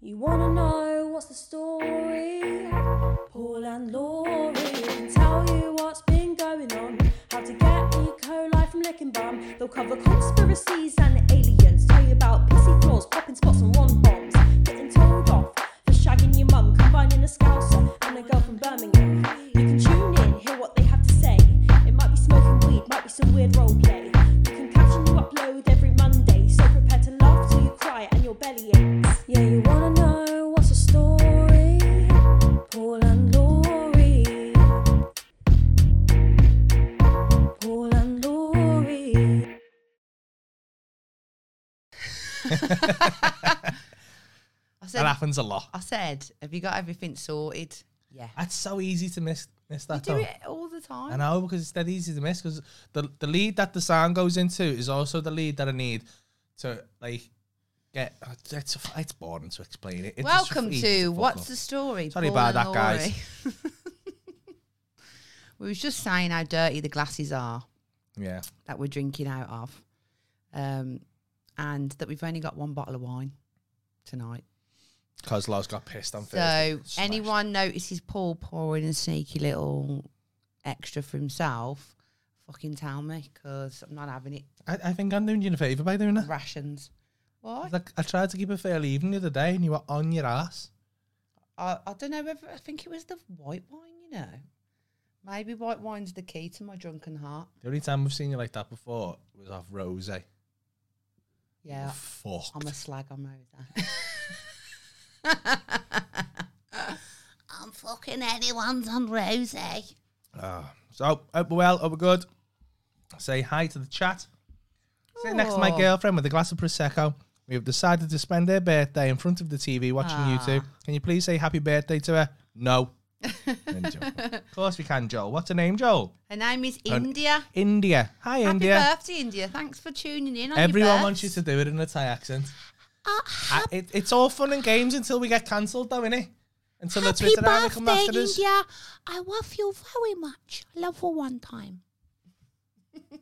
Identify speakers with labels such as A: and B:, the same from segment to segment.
A: You wanna know what's the story? Paul and Laurie can tell you what's been going on. How to get E. coli from licking bum. They'll cover conspiracies and aliens. Tell you about pissy floors, popping spots and one bombs. Getting told off for shagging your mum, combining a scouser and a girl from Birmingham. You can tune in, hear what they have to say. It might be smoking weed, might be some weird role play. You can catch a new upload every Monday, so prepare to laugh till you cry and your belly aches. Yeah, you wanna know what's the story? Paul and Laurie. Paul and Laurie.
B: I said,
C: That happens a lot.
B: I said, have you got everything sorted? Yeah.
C: That's so easy to miss miss
B: You
C: that
B: do
C: though.
B: it all the
C: I
B: time.
C: know because it's that easy to miss because the the lead that the sound goes into is also the lead that I need to like get. It's it's boring to explain it. It's just
B: Welcome
C: easy
B: to
C: fuck
B: What's
C: up.
B: the Story?
C: Sorry
B: Paul
C: about
B: and
C: that, guys.
B: Laurie. we was just saying how dirty the glasses are
C: yeah.
B: that we're drinking out of, um, and that we've only got one bottle of wine tonight.
C: Kozlov's got pissed on
B: So
C: Thursday. Smashed.
B: anyone notices Paul pouring a sneaky little extra for himself, fucking tell me because I'm not having it.
C: I, I think I'm doing you a favour by doing that.
B: Rations. What?
C: Like I tried to keep it fairly even the other day, and you were on your ass.
B: I, I don't know whether I think it was the white wine, you know. Maybe white wine's the key to my drunken heart.
C: The only time we've seen you like that before was off Rose.
B: Yeah,
C: Fuck.
B: I'm a slag on Rosa. I'm fucking anyone's on Rosie.
C: So hope we're well. Hope we're good. Say hi to the chat. Sitting next to my
B: Aw.
C: girlfriend with a glass of prosecco. We have decided to spend her birthday in front of the TV watching you
B: Ah.
C: two. Can you please say happy birthday to her? No. Then Joel. of course we can, Joel. What's her name, Joel?
B: Her name is
C: And-
B: India.
C: India. Hi,
B: Happy
C: India.
B: birthday, India. Thanks for tuning in. On
C: Everyone wants you to do it in a Thai accent.
B: Ah,
C: I- it, it's all fun and games until we get cancelled, though, innit? Until the Twitter army come after us.
B: I love you very much. I love for one time.
C: You're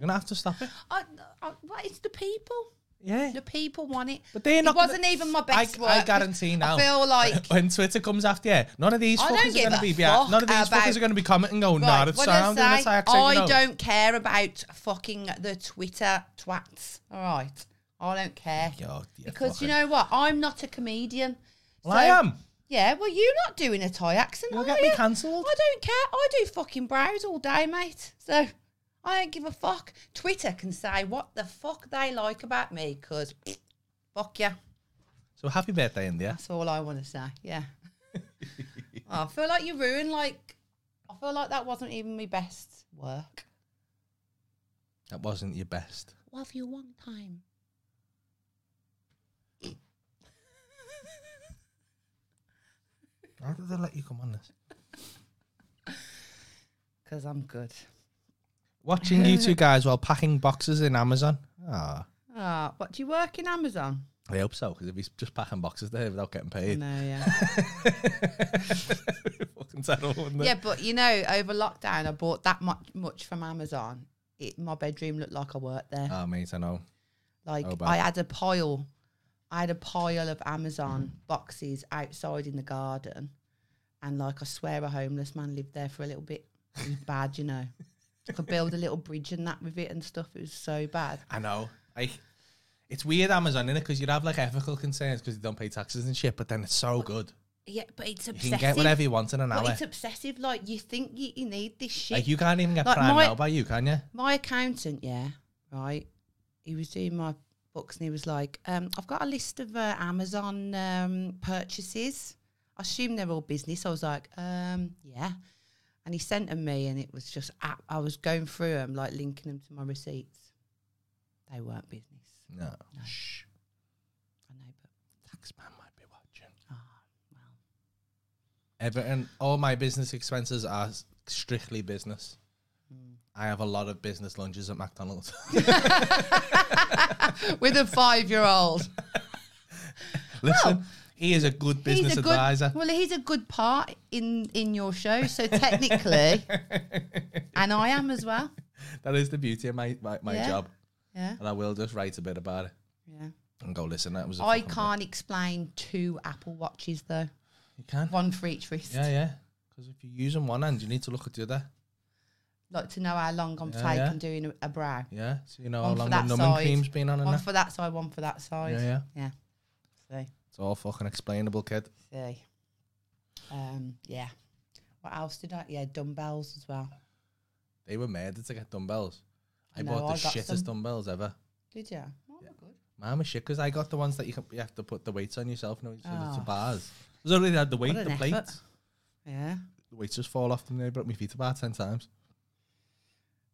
C: gonna have to stop it.
B: I, I, well, it's the people.
C: Yeah.
B: The people want it.
C: But they're not
B: It wasn't
C: gonna-
B: even my
C: I-
B: best
C: I
B: work.
C: guarantee now.
B: I feel like
C: when Twitter comes after you, none of these
B: I don't
C: fuckers
B: give
C: are going to
B: a
C: be yeah, none of
B: fuck
C: these fuckers
B: about-
C: are going to be commenting going,
B: Right,
C: nah, it's
B: what did
C: sound and
B: I,
C: it's
B: say?
C: accent.
B: I
C: you know."
B: don't care about fucking the Twitter twats. All right, I don't care
C: Yo, yeah,
B: because you
C: fucking-
B: know what? I'm not a comedian.
C: Well, I
B: So-
C: am.
B: Yeah, well, you're not doing a Thai accent.
C: You'll
B: are
C: get me
B: you?
C: cancelled.
B: I don't care. I do fucking brows all day, mate. So I don't give a fuck. Twitter can say what the fuck they like about me, cause fuck yeah.
C: So happy birthday, India.
B: That's all I want to say. Yeah. I feel like you ruined. Like I feel like that wasn't even my best work.
C: That wasn't your best.
B: love you one time.
C: How did they let you come on this?
B: Because I'm good.
C: Watching you two guys while packing boxes in Amazon. Ah,
B: Ah, what do you work in Amazon?
C: I hope so because if he's just packing boxes there without getting paid,
B: No, yeah.
C: fucking terrible. Wouldn't it?
B: yeah, but you know, over lockdown, I bought that much much from Amazon. It, my bedroom looked like I worked there.
C: Oh, mate, I know.
B: like
C: oh, bad.
B: I had a pile, I had a pile of Amazon boxes outside in the garden, and like I swear, a homeless man lived there for a little bit. It was bad, you know. I could build a little bridge and that with it and stuff. It was so bad.
C: I know. Like, it's weird Amazon in it because you'd have like ethical concerns because you don't pay taxes and shit, but then it's so good.
B: Yeah, but it's
C: You
B: obsessive.
C: can get whatever you want in an
B: but
C: hour.
B: it's obsessive. Like you think you, you need this shit.
C: Like you can't even get
B: Like,
C: Prime
B: my-
C: now by you, can you?
B: my accountant, yeah, right. He was doing my books and he was like, um, "I've got a list of uh, Amazon um, purchases. I assume they're all business." I was like, um, "Yeah," and he sent them me, and it was just a- I was going through them, like linking them to my receipts. They weren't business.
C: No. Shh.
B: I know, but
C: Taxman might be watching.
B: Ah,
C: Everything, all my business expenses are s- strictly business.
B: Hmm.
C: I have a lot of business lunches at McDonald's.
B: with a five-year-old,
C: Listen, he is a good business
B: he's a good.
C: advisor.
B: Well, he's a good part in in your show, so technically, and I am as well.
C: That is the beauty of my, my, my
B: Yeah.
C: job.
B: Yeah,
C: And I will just write a bit about it.
B: yeah.
C: and go listen. That was. I
B: I can't explain two Apple Watches though.
C: You can.
B: One for each wrist.
C: Yeah, yeah. Because if you use them one hand, you need to look at the other.
B: Like to know how long I'm
C: Yeah,
B: taking
C: yeah.
B: doing a, a brow.
C: Yeah. So you know
B: One for
C: how long the
B: that
C: numbing
B: side.
C: cream's been on and
B: One
C: that.
B: for that side, one for that side.
C: Yeah, yeah.
B: So,
C: It's all fucking explainable, kid.
B: so, um, yeah. What else did I? Yeah, dumbbells as well.
C: They were murdered to get dumbbells. I
B: No,
C: bought the
B: I got
C: shittest
B: some.
C: dumbbells ever.
B: Did you? Oh, they're good.
C: Mine was shit because I got the ones that you, can, you have to put the weights on yourself. No, it's oh.
B: Oh.
C: bars. It was only had the weight,
B: an
C: the
B: effort.
C: plates.
B: Yeah.
C: The weights just fall off them. They broke my feet about ten times.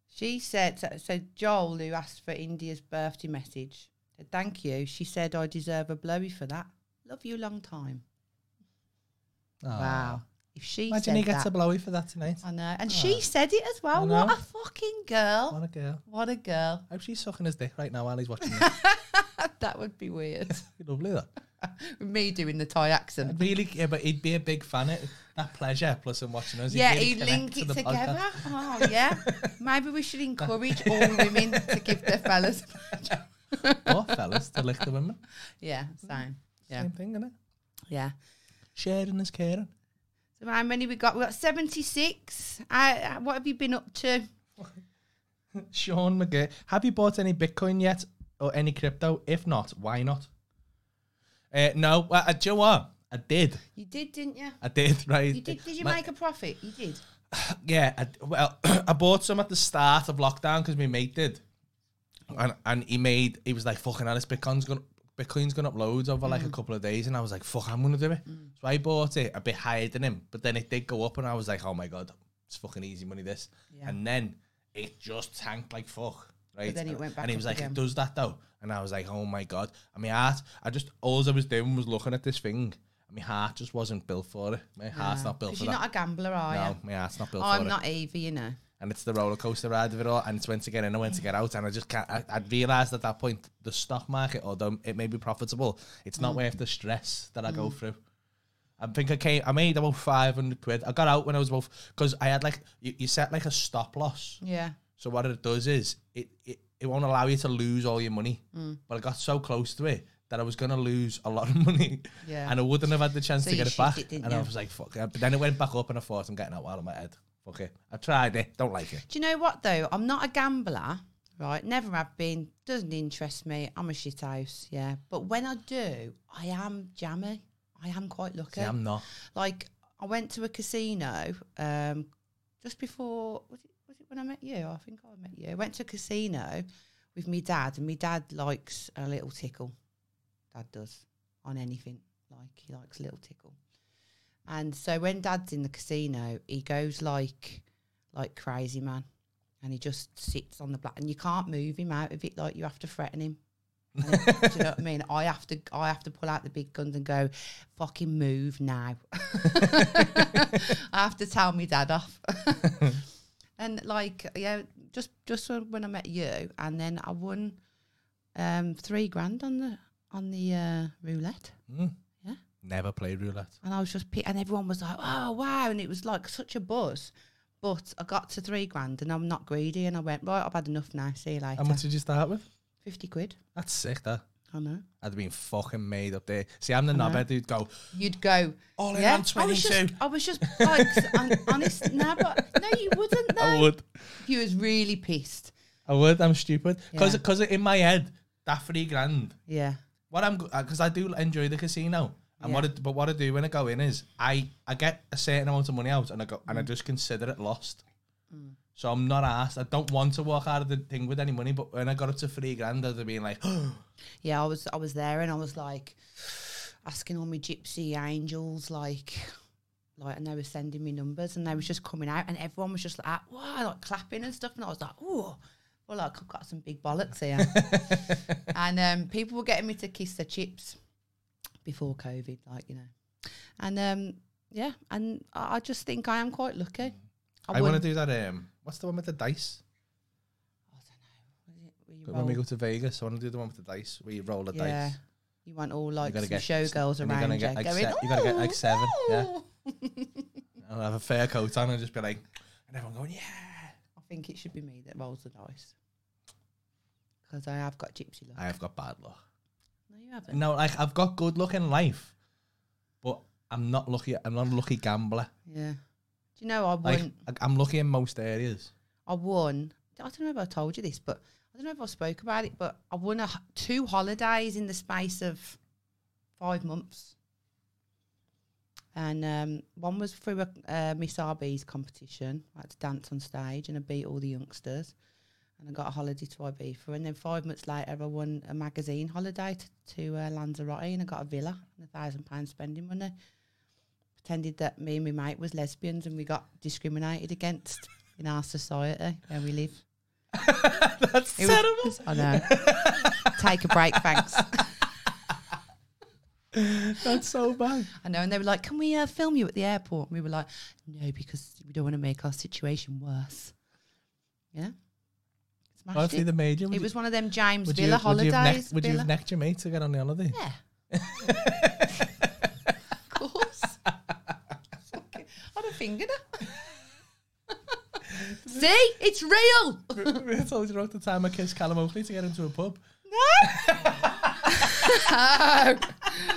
B: She said, so, so Joel, who asked for India's birthday message, said, thank you. She said, I deserve a blowy for that. Love you long time.
C: Aw.
B: Wow. If she
C: Imagine he
B: said
C: gets
B: that.
C: a blowy for that tonight.
B: I know. And she said it as well.
C: I
B: What
C: know.
B: a fucking girl.
C: What a girl.
B: What a girl.
C: I hope she's sucking his dick right now while he's watching this.
B: that would be weird.
C: Lovely, that.
B: Me doing the Thai accent.
C: I'd really, yeah, but he'd be a big fan. It that pleasure plus him watching us.
B: yeah,
C: really
B: he
C: connect
B: linked
C: to
B: it
C: the
B: together.
C: podcast.
B: Oh, yeah. Maybe we should encourage all women to give their fellas.
C: Or fellas to lick the women.
B: yeah, same. Yeah.
C: Same thing, innit?
B: Yeah.
C: Sharing is caring.
B: So how many we got? We got seventy six. Uh, what have you been up to?
C: Sean McGee, have you bought any Bitcoin yet or any crypto? If not, why not? Uh, no, well, uh, do you know what? I did.
B: You did, didn't you?
C: I did, right?
B: You did. Did you
C: My-
B: make a profit? You did.
C: Yeah, I, well, I bought some at the start of lockdown because my mate did, and and he made he was like fucking Alice Bitcoin's gonna Bitcoin's gonna upload over
B: Mm.
C: like a couple of days, and I was like fuck I'm gonna do it. So I bought it a bit higher than him, but then it did go up, and I was like oh my god it's fucking easy money this,
B: Yeah.
C: and then it just tanked like fuck. Right.
B: then it
C: And-
B: went back
C: and he
B: up
C: was like,
B: again.
C: it does that though. And I was like, oh my God. And my heart, I just, all I was doing was looking at this thing. And my heart just wasn't built for it. My heart's not built
B: 'Cause
C: for
B: you're
C: that.
B: not a gambler, are
C: no,
B: you?
C: my heart's not built for
B: I'm
C: it
B: not either. You know.
C: and it's the roller coaster ride of it all. And it's when to get in and when to get out. And I just can't. I, I'd realised at that point the stock market, although it may be profitable, it's
B: Mm.
C: not worth the stress that I go through. I think I came. I made about five hundred quid. I got out when I was about because I had like you, you set like a stop loss.
B: Yeah.
C: So what it does is it it, it won't allow you to lose all your money.
B: Mm.
C: But I got so close to it. That I was gonna lose a lot of money,
B: Yeah.
C: and I wouldn't have had the chance
B: So
C: to
B: you
C: get it
B: shipped
C: back.
B: it, didn't
C: and I
B: you?
C: was like, "Fuck!" it. But then it went back up, and I thought, "I'm getting that out of my head." Fuck it. I tried it. Don't like it.
B: Do you know what though? I'm not a gambler, right? Never have been. Doesn't interest me. I'm a shit house, yeah. But when I do, I am jammy. I am quite lucky.
C: See, I'm not.
B: Like I went to a casino um, just before. Was it, was it when I met you? I think I met you. I went to a casino with me dad, and my dad likes a little tickle. Dad does on anything. Like he likes a little tickle. And so when dad's in the casino, he goes like like crazy man, and he just sits on the black, and you can't move him out of it. Like you have to threaten him. And it- do you know what I mean? I have to, I have to pull out the big guns and go, fucking move now. I have to tell my dad off. and like, yeah, just just when I met you, and then I won um, three grand on the on the uh, roulette.
C: Hmm. Never played roulette.
B: And I was just, pe- and everyone was like, oh, wow. And it was like such a buzz. But I got to three grand and I'm not greedy. And I went, right, I've had enough now. See you later.
C: How much did you start with?
B: 50 quid.
C: That's sick, that.
B: I know.
C: I'd been fucking made up there. See, I'm the knobhead who'd go,
B: You'd go,
C: All in
B: yeah,
C: on
B: I was
C: 22.
B: just, I was just like, s- hon- honest. No, but no, you wouldn't. Though.
C: I would,
B: You was really pissed.
C: I would, I'm stupid. Because
B: Yeah.
C: in my head, that three grand,
B: Yeah.
C: what I'm, because I do enjoy the casino. And what I, but what I do when I go in is I, I get a certain amount of money out and I go
B: Mm.
C: and I just consider it lost. So I'm not asked. I don't want to walk out of the thing with any money. But when I got up to three grand, I'd have been like,
B: Yeah, I was, I was there and I was like asking all my gypsy angels, like, like, and they were sending me numbers and they was just coming out and everyone was just like, wow, like clapping and stuff. And I was like, oh, well, like, I've got some big bollocks here. and um, people were getting me to kiss their chips before COVID, like, you know. And um, yeah, and I I just think I am quite lucky.
C: I, want to
B: wouldn't-
C: do that. Um, what's the one with the dice?
B: you
C: When we
B: roll-
C: go to Vegas, I want to do the one with the dice where you roll the
B: Yeah.
C: dice.
B: You want all like
C: gotta
B: some
C: get-
B: showgirls
C: and you're
B: around
C: gonna
B: you,
C: get, like,
B: going,
C: se- you gotta get, like,
B: "Ooh,
C: seven," yeah.
B: ooh."
C: I'll have a fair coat on and just be like, and everyone going, yeah.
B: I think it should be me that rolls the dice because I have got gypsy luck.
C: I have got bad luck.
B: No, No, you haven't.
C: No, like I've got good luck in life, but I'm not lucky. I'm not a lucky gambler.
B: Yeah. Do you know I won?
C: Like I- I'm lucky in most areas.
B: I won. I don't know if I told you this, but I don't know if I spoke about it, but I won a, h- two holidays in the space of five months. And um, one was through a uh, Miss RB's competition. I had to dance on stage and I beat all the youngsters. And I got a holiday to Ibiza. And then five months later, I won a magazine holiday to, to uh, Lanzarote and I got a villa and a thousand pounds spending money. Pretended that me and my mate was lesbians and we got discriminated against in our society where we live.
C: That's
B: It was- I know. Take a break, thanks.
C: That's so bad.
B: I know. And they were like, "Can we uh, film you at the airport?" And we were like, "No, because we don't want to make our situation worse." Yeah, smashed
C: Honestly,
B: it.
C: the major. Would
B: it was one of them James
C: you, would you,
B: Villa
C: would you have necked-
B: holidays.
C: would you
B: Villa.
C: have necked your mate to get on the holiday?
B: yeah, of course. Fucking- I'd have fingered her. See, it's real.
C: I told you about the time I kissed Callum Oakley to get into a pub.
B: No.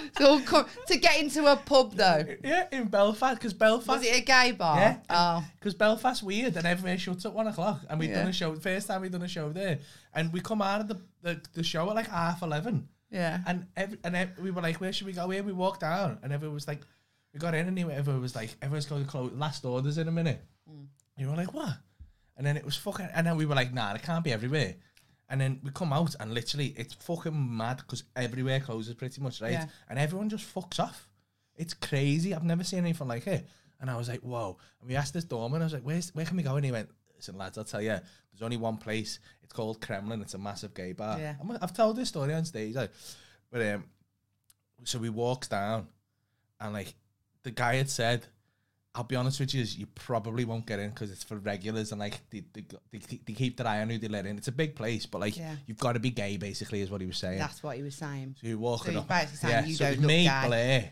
B: It's all co- to get into a pub though.
C: Yeah, in Belfast, because Belfast,
B: Was it a gay bar?
C: Yeah.
B: Oh.
C: because Belfast's weird, and everyone shuts at one o'clock. And we had
B: Yeah.
C: done a show. First time we had done a show there, and we come out of the, the, the show at like half eleven,
B: Yeah.
C: and every, and ev- we were like, where should we go? Here we walked down, and everyone was like, we got in, and everyone was like, everyone's going to close last orders in a minute. You were like, what? And then it was fucking, and then we were like, nah, it can't be everywhere. And then we come out, and literally, it's fucking mad because everywhere closes pretty much, right?
B: Yeah.
C: And everyone just fucks off. It's crazy. I've never seen anything like it. And I was like, whoa. And we asked this doorman, I was like, Where's, where can we go? And he went, listen, lads, I'll tell you, there's only one place. It's called Kremlin. It's a massive gay bar.
B: Yeah.
C: I'm, I've told this story on stage. Like, but um, so we walks down, and like the guy had said, I'll be honest with you, is you probably won't get in because it's for regulars and like they, they, they, keep- they keep their eye on who they let in. It's a big place, but like
B: Yeah.
C: you've got to be gay, basically, is what he was saying.
B: That's what he was saying.
C: so you're walking
B: So he's
C: up.
B: basically saying you
C: so it
B: don't
C: was
B: look
C: me,
B: gay.
C: Blair,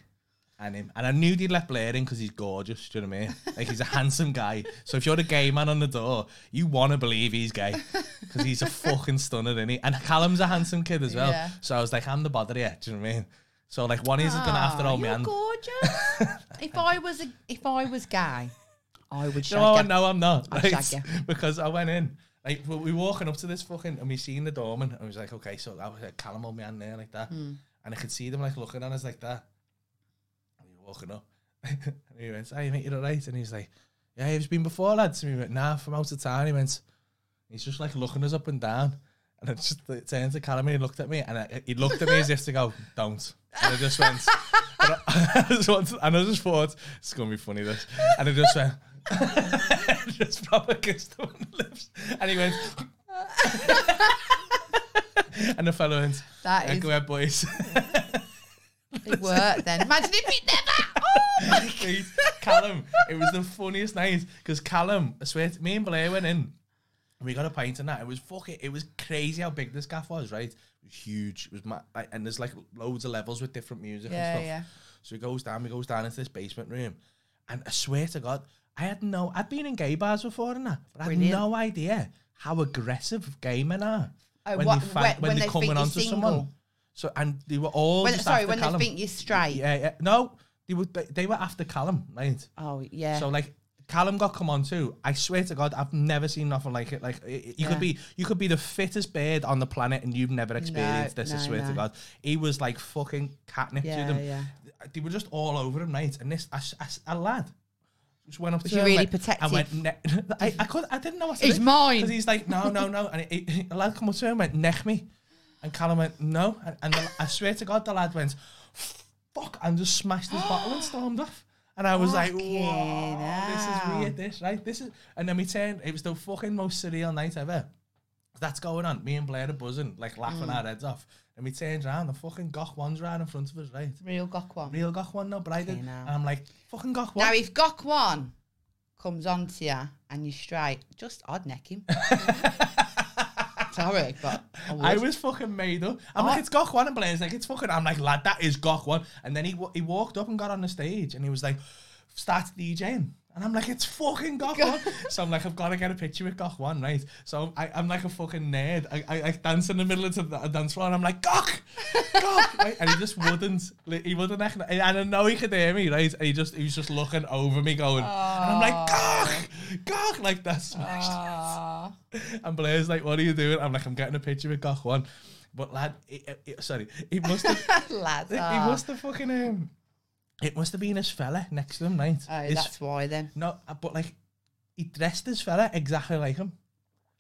C: and him. And I knew they'd let Blair in because he's gorgeous. Do you know what I mean? Like he's a handsome guy. So if you're the gay man on the door, you want to believe he's gay because he's a fucking stunner, isn't he? And Callum's a handsome kid as well.
B: Yeah.
C: So I was like, I'm the bother here. Do you know what I mean? So like one isn't gonna have to
B: Aw,
C: hold me
B: Ah, you're
C: hand.
B: gorgeous. if I was a, if I was gay, I would shag
C: No,
B: ya.
C: no, I'm not.
B: I'd
C: Right?
B: shag
C: Because I went in. Like we we walking up to this fucking and we seen the doorman and I was like, okay, so I was like Callum on my hand there like that. And I could see them like looking at us like that. And we were walking up. and he went, Hey mate, you're alright? And he's like, Yeah, you've been before, lads. And we went, nah, from out of town. He went, He's just like looking us up and down. And I just like, turned to Callum and he looked at me and I, he looked at me as if to go, Don't. And I just went and I, I just wanted, and I just thought, it's gonna be funny this. And I just went just proper kissed him on the lips. And he went. and the fellow went,
B: That
C: yeah,
B: is
C: go ahead, boys.
B: it worked then. Imagine if it never.
C: Please, Callum, it was the funniest night because Callum, I swear, to, me and Blair went in and we got a pint and that. It was fucking, it was crazy how big this gaff was, right? It was huge. It was ma- like, and there's like loads of levels with different music and
B: Yeah,
C: stuff.
B: yeah.
C: So he goes down, he goes down into this basement room. And I swear to God, I had no, I'd been in gay bars before and that, but I had
B: Brilliant.
C: no idea how aggressive gay men are
B: Oh, what-
C: fi-
B: when- when they think you're single.
C: So, and they were all
B: When,
C: just
B: sorry,
C: after
B: when
C: Callum.
B: they think you're straight.
C: Yeah, yeah. No, they were, they, they were after Callum, right?
B: Oh yeah.
C: So like Callum got come on too. I swear to God, I've never seen nothing like it. Like it, it- you
B: Yeah.
C: could be, you could be the fittest bird on the planet, and you've never experienced this.
B: no,
C: I swear
B: no.
C: to God, he was like fucking catnip
B: Yeah,
C: to them.
B: yeah.
C: They were just all over him, right? And this, I, s- I s- a lad. Just went up
B: Was
C: to
B: he
C: him,
B: really
C: like,
B: protective?
C: I went, ne- I, I could, I didn't know what to
B: He's
C: do.
B: mine.
C: 'Cause he's like, no, no, no. And he, he, a lad come up to him and went, neck me. And Callum went, no. And, and the, I swear to God, the lad went, fuck, and just smashed his bottle and stormed off. And I was like,
B: Fucking
C: whoa, this is
B: hell.
C: weird, this, right? This is, and then we turned, it was the fucking most surreal night ever. That's going on. Me and Blair are buzzing, like laughing
B: Mm.
C: our heads off. And we turned around, the fucking Gok one's right in front of us, right?
B: Real gok one.
C: Real Gok one, no, but I did.
B: Fucking
C: And
B: hell.
C: I'm like, fucking Gok one.
B: Now if gok one comes onto you and you're straight, just I'd neck him. sorry, but I would.
C: I was fucking made up. I'm like, it's Gok one, and Blair's like, it's fucking. I'm like, lad, that is Gok one. And then he wa- he walked up and got on the stage, and he was like, starts DJing. And I'm like, it's fucking Gok One. So I'm like, I've got to get a picture with Gok One, right? So I, I'm like a fucking nerd. I, I, I dance in the middle of the a dance floor and I'm like, Gok! Gok! right? And he just wouldn't. Like, he wouldn't. Act, and I know he could hear me, right? And he just, he was just looking over me going, and I'm like, Gok! Gok! Like that smashed.
B: Ah.
C: And Blair's like, what are you doing? I'm like, I'm getting a picture with Gok One. But lad, it, it- it- sorry, it must have.
B: Lads.
C: It, it
B: ah.
C: must have fucking um, it must have been his fella next to him, right?
B: Oh,
C: His-
B: that's why then.
C: no, uh, but like he dressed his fella exactly like him,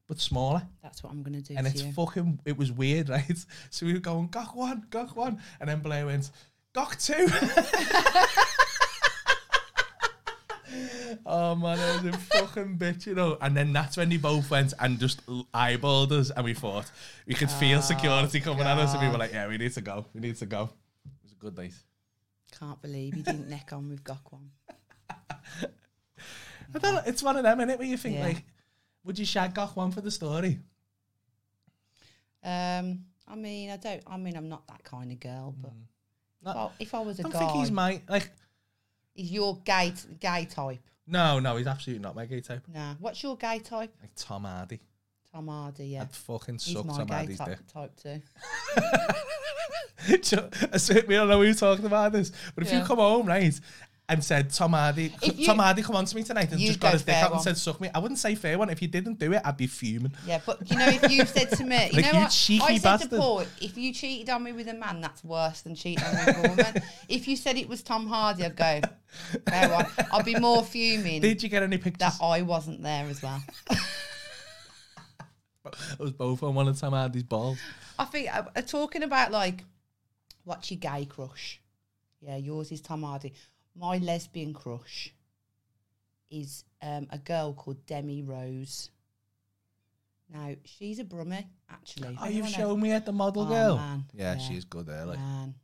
C: but smaller.
B: That's what I'm gonna do
C: And
B: to
C: it's
B: you.
C: fucking it was weird, right? So we were going, Gok one, Gok one, and then Blair went, Gok two. Oh man, I was a fucking bitch, you know. And then that's when they both went and just l- eyeballed us, and we fought. We could
B: Oh,
C: feel security coming at us, and we were like, "Yeah, we need to go. We need to go." It was a good night.
B: Can't believe he didn't neck on with Gokwan.
C: I don't know, it's one of them, innit, where you think
B: Yeah.
C: like, would you shag Gok one for the story?
B: Um, I mean, I don't. I mean, I'm not that kind of girl. But
C: Not-
B: well, if I was
C: Mm. I
B: a
C: don't
B: guy,
C: think he's my like.
B: is your gay gay type?
C: No, no, he's absolutely not my gay type.
B: Nah. What's your gay type?
C: Like Tom Hardy,
B: Tom Hardy. Yeah,
C: I'd fucking
B: he's
C: suck
B: my
C: Tom
B: gay
C: Hardy's
B: type, type too.
C: dick. Ju- I swear, we don't know who talked about this, but if you
B: Yeah.
C: come home right and said Tom Hardy,
B: If you-
C: Tom Hardy, come on to me tonight and
B: You'd
C: just got
B: go
C: his dick
B: fair
C: out and
B: one.
C: said suck me, I wouldn't say fair one. If you didn't do it, I'd be fuming.
B: Yeah, but you know, if you said to me, you
C: Like,
B: know
C: you
B: what,
C: cheeky
B: I said
C: bastard.
B: to Paul, if you cheated on me with a man, that's worse than cheating on me with a woman. if you said it was Tom Hardy, I'd go, fair one. I'd be more fuming
C: Did you get any pictures?
B: that I wasn't there as well.
C: It was both on one of Tom Hardy's balls.
B: I think uh, uh, talking about like what's your gay crush? Yeah, yours is Tom Hardy. My lesbian crush is um, a girl called Demi Rose. Now she's a brummie, actually.
C: Oh,
B: If
C: you've
B: anyone knows-
C: shown me at the model
B: Oh,
C: girl.
B: man.
C: Yeah,
B: Yeah.
C: she's good there. Like
B: Man.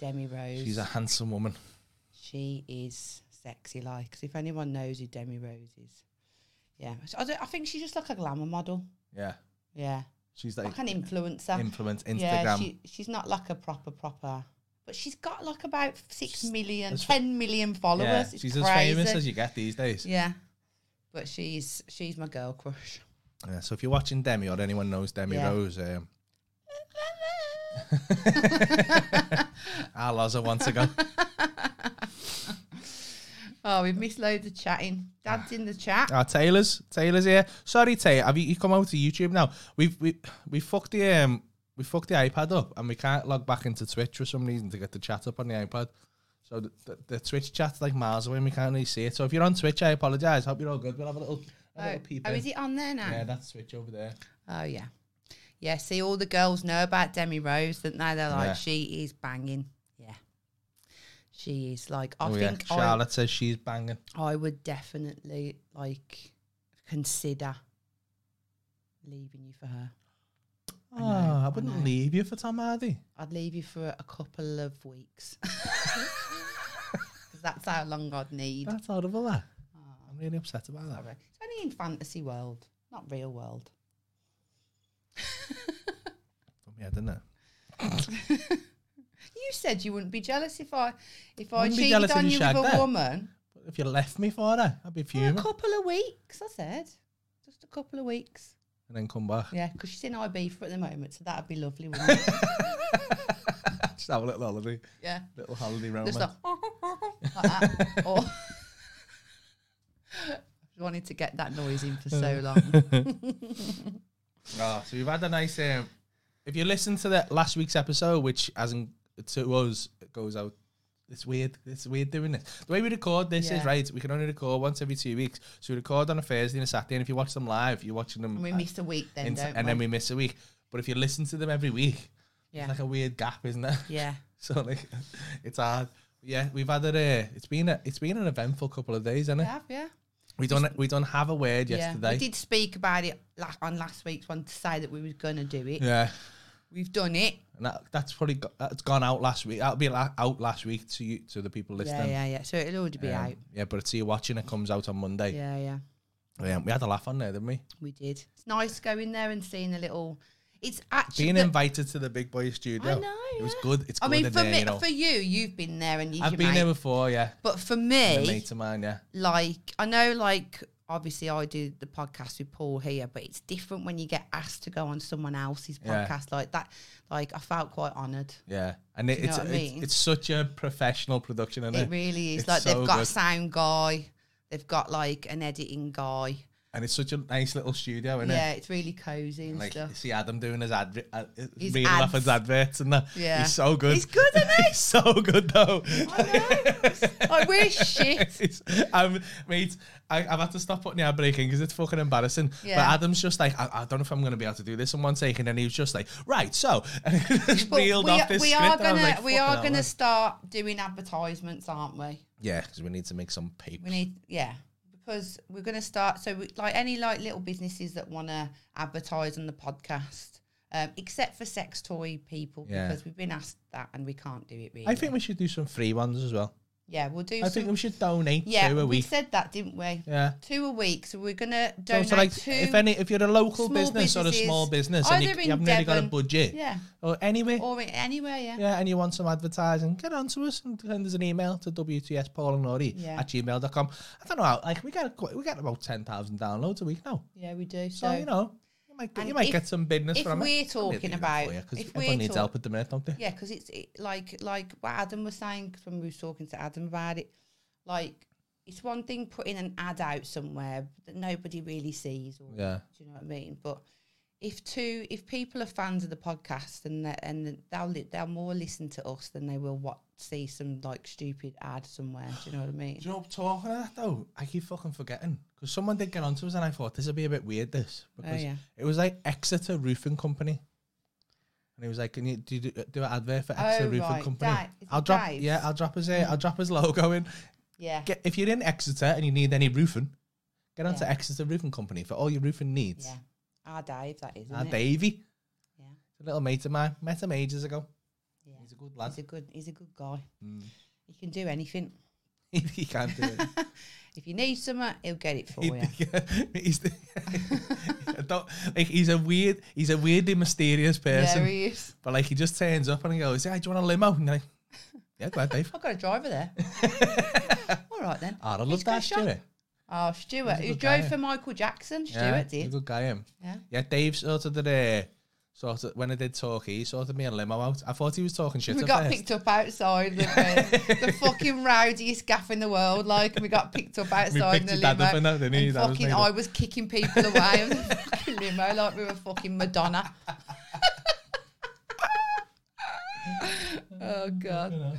B: Demi Rose.
C: she's a handsome woman.
B: she is sexy like. 'Cause if anyone knows who Demi Rose is, yeah, So I, don't, I think she's just like a glamour model.
C: Yeah,
B: Yeah,
C: she's like
B: like an influencer.
C: influence Instagram.
B: Yeah, she, she's not like a proper proper, but she's got like about six
C: She's-
B: million,
C: that's-
B: ten million followers.
C: Yeah,
B: It's
C: she's
B: crazy.
C: as famous as you get these days. Yeah.
B: Yeah, but she's she's my girl crush.
C: so if you're watching Demi or anyone knows Demi
B: Yeah.
C: Rose, um, our Loza wants to go.
B: oh, we've missed loads of chatting. Dad's in the chat.
C: Ah, Taylor's Taylor's here. Sorry, Taylor. Have you, you come over to YouTube now? We've we we fucked the um we fucked the iPad up and we can't log back into Twitch for some reason to get the chat up on the iPad. So the, the, the Twitch chat's like miles away and we can't really see it. So if you're on Twitch, I apologise. Hope you're all good. We'll have a little,
B: Oh,
C: have a little peep.
B: oh,
C: in.
B: is it on there now?
C: Yeah, that's Twitch over there.
B: Oh yeah, yeah. See, all the girls know about Demi Rose, don't they? They're like,
C: Yeah.
B: she is banging. Yeah, she is. Like, I
C: Oh yeah,
B: think
C: Charlotte says she's banging.
B: I I would definitely like consider leaving you for her. I know,
C: Ah, I
B: I
C: wouldn't
B: know.
C: leave you for Tom Hardy.
B: I'd leave you for a couple of weeks. 'Cause That's how long I'd need.
C: That's horrible. That.
B: Oh,
C: I'm really upset about that.
B: sorry. It's only in fantasy world, not real world.
C: Yeah, didn't it?
B: You said you wouldn't be jealous if I if I
C: Wouldn't be
B: cheated
C: jealous if
B: on
C: you
B: you with
C: shagged
B: a
C: her.
B: woman.
C: But if you left me for her, I'd be
B: For a
C: fuming
B: couple of weeks, I said. Just a couple of weeks.
C: and then come back.
B: Yeah, because she's in IB for at the moment, so that'd be lovely, wouldn't it?
C: Just have a little holiday,
B: yeah.
C: little holiday romance.
B: Just like, like that. Or wanted to get that noise in for so
C: Uh.
B: long.
C: Ah, so we've had a nice. Um, if you listen to the last week's episode, which hasn't to us it goes out. It's weird. It's weird doing this. The way we record this is
B: Yeah.
C: right. We can only record once every two weeks. So we record on a Thursday and a Saturday. And if you watch them live, you're watching them.
B: And we
C: uh,
B: missed a week then,
C: in-
B: don't
C: and
B: we?
C: then we miss a week. But if you listen to them every week,
B: yeah.
C: like a weird gap, isn't it?
B: yeah.
C: So like, it's hard. Yeah, we've had it. Uh, it's been a, it's been an eventful couple of days, isn't
B: We
C: it?
B: have, yeah.
C: We don't we don't have a word
B: Yeah.
C: yesterday.
B: We did speak about it la- on last week's one to say that we were going to do it.
C: Yeah,
B: We've done it.
C: and that, that's probably got, that's gone out last week. That'll be la- out last week to you to the people
B: Yeah,
C: listening.
B: yeah, yeah. So it'll already be
C: Um,
B: out.
C: yeah, but it's you watching. It comes out on Monday.
B: Yeah, yeah.
C: Um, we had a laugh on there, didn't we?
B: We did. It's nice going there and seeing a little. It's actually
C: Being
B: the-
C: invited to the big boy studio.
B: I know,
C: It was
B: yeah.
C: good. It's good
B: I mean,
C: in
B: for
C: there,
B: me,
C: you know.
B: for you, you've been there and you
C: I've
B: can
C: been
B: make-
C: there before, yeah.
B: But for
C: A
B: me,
C: mate of mine, yeah.
B: like I know, like obviously I do the podcast with Paul here, but it's different when you get asked to go on someone else's
C: Yeah.
B: podcast like that. Like I felt quite honoured.
C: Yeah. And it,
B: Do you know
C: it's,
B: what I mean?
C: it's it's such a professional production, isn't it?
B: It really is.
C: It's
B: like
C: so
B: they've got a
C: good.
B: sound guy, they've got like an editing guy.
C: and it's such a nice little studio, isn't
B: yeah,
C: it?
B: it's really cozy and
C: Like
B: stuff.
C: you see Adam doing his adver- uh,
B: His
C: reading off his
B: ads.
C: adverts and that.
B: Yeah.
C: He's so good.
B: He's good, isn't he?
C: He's so good though.
B: I wish shit.
C: It's- I'm, mate, I, I've had to stop putting the ad break in because it's fucking embarrassing. But
B: Yeah.
C: Adam's just like, I, I don't know if I'm going to be able to do this in one take. And then he was just like, right, so. And he just
B: But
C: reeled off this
B: we
C: script
B: are
C: and I
B: gonna
C: was like,
B: we
C: fucking
B: are
C: hell,
B: gonna
C: man.
B: start doing advertisements, aren't we?
C: Yeah, because we need to make some papers.
B: We need yeah because we're gonna start. So we, like any like little businesses that want to advertise on the podcast, um, except for sex toy people
C: Yeah.
B: because we've been asked that and we can't do it. Really,
C: I think we should do some free ones as well.
B: yeah we'll do.
C: I
B: some,
C: think we should donate
B: yeah
C: two a
B: we
C: week.
B: said that didn't we?
C: Yeah.
B: Two a week, so we're gonna
C: So,
B: donate
C: so like,
B: two.
C: if any, if you're a local
B: small
C: business or a
B: businesses,
C: small business and you,
B: either
C: you
B: in
C: haven't really got a
B: Devon-
C: budget,
B: yeah,
C: or anyway,
B: or in, anywhere, yeah.
C: yeah, and you want some advertising, get on to us and send us an email to wtspaulandlaurie
B: Yeah.
C: at gmail.com. I don't know, how, like we get qu- we get about ten thousand downloads a week now,
B: Yeah, we do.
C: so
B: So,
C: you know you might get,
B: And
C: you might
B: if-
C: get some business
B: if
C: from it.
B: we're
C: I can't really
B: talking
C: do that
B: about-
C: for you, 'cause
B: if
C: everyone
B: we're
C: needs
B: talk-
C: help at the minute, don't they?
B: yeah, because it's it, like like what Adam was saying 'cause when we were talking to Adam about it, like it's one thing putting an ad out somewhere that nobody really sees. Or,
C: Yeah.
B: do you know what I mean? But if two if people are fans of the podcast and they- and they'll li- they'll more listen to us than they will what see some like stupid ad somewhere. Do you know what I mean?
C: Do you know, talking of that though, I keep fucking forgetting because someone did get onto us and I thought this would be a bit weird. This
B: Oh
C: because
B: yeah,
C: it was like Exeter Roofing Company, and he was like, "Can you do, do, do an advert for
B: Oh,
C: Exeter Roofing
B: right.
C: Company?"
B: Di- is it
C: I'll drop,
B: Dives?
C: yeah, I'll drop his, uh, I'll drop his logo in.
B: yeah,
C: Get, if you're in Exeter and you need any roofing, get onto
B: Yeah.
C: Exeter Roofing Company for all your roofing needs.
B: yeah. Our Dave, that is. Isn't
C: Ah,
B: it?
C: Davey,
B: Yeah,
C: a little mate of mine, met him ages ago.
B: yeah.
C: He's a good lad.
B: He's a good he's a good guy.
C: Mm.
B: He can do anything.
C: he can't do it.
B: If you need something, he'll get it for
C: He-
B: you.
C: he's the, I don't- like he's a weird, he's a weirdly mysterious person.
B: Yeah, he is.
C: but like he just turns up and he goes, "Hey, do you want a limo?" And you're like, "Yeah, go ahead, Dave."
B: I've got a driver there. All right then.
C: Ah, I
B: He's
C: love
B: got
C: that,
B: a shop.
C: Stuart.
B: Oh, Stuart,
C: He's a
B: who
C: good
B: drove
C: guy.
B: for Michael Jackson. Stuart
C: Yeah, he's a
B: did.
C: good guy. Him.
B: Yeah.
C: Yeah, Dave sort of did a sort of when I did talk, he sorted me a limo out. I thought he was talking shit.
B: We
C: at
B: got
C: first.
B: picked up outside the, the fucking rowdiest gaff in the world. Like we got picked up outside in
C: picked
B: the
C: your dad
B: limo.
C: up in that, didn't he?
B: and
C: That was
B: fucking,
C: made up.
B: I was kicking people away in the fucking limo like we were fucking Madonna. oh god.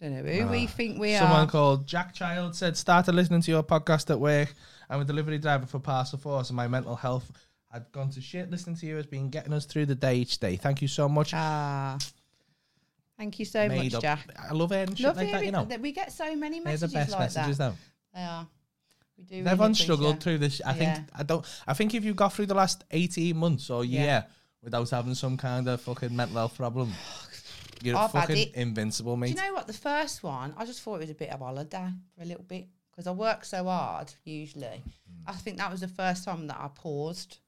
B: Don't know who we think we
C: Ah. Someone
B: are.
C: called Jack Child said, started listening to your podcast at work. I'm a delivery driver for Parcel Force, and my mental health had gone to shit. Listening to you has been getting us through the day each day. Thank you so much.
B: Ah. Thank you so
C: Made
B: much,
C: up-
B: Jack.
C: I love hearing shit
B: Love
C: like that,
B: hearing
C: you know.
B: that we get so many
C: They're the
B: messages
C: best
B: like
C: messages,
B: that.
C: though.
B: They are. We do. really
C: Everyone
B: appreciate
C: struggled
B: it.
C: through this. I think
B: Yeah.
C: I don't. I think if you got through the last eighteen months or
B: Yeah.
C: year without having some kind of fucking mental health problem, you're
B: I've had
C: fucking
B: it.
C: invincible,
B: Do
C: mate.
B: you know what? The first one, I just thought it was a bit of holiday for a little bit because I work so hard usually. I think that was the first time that I paused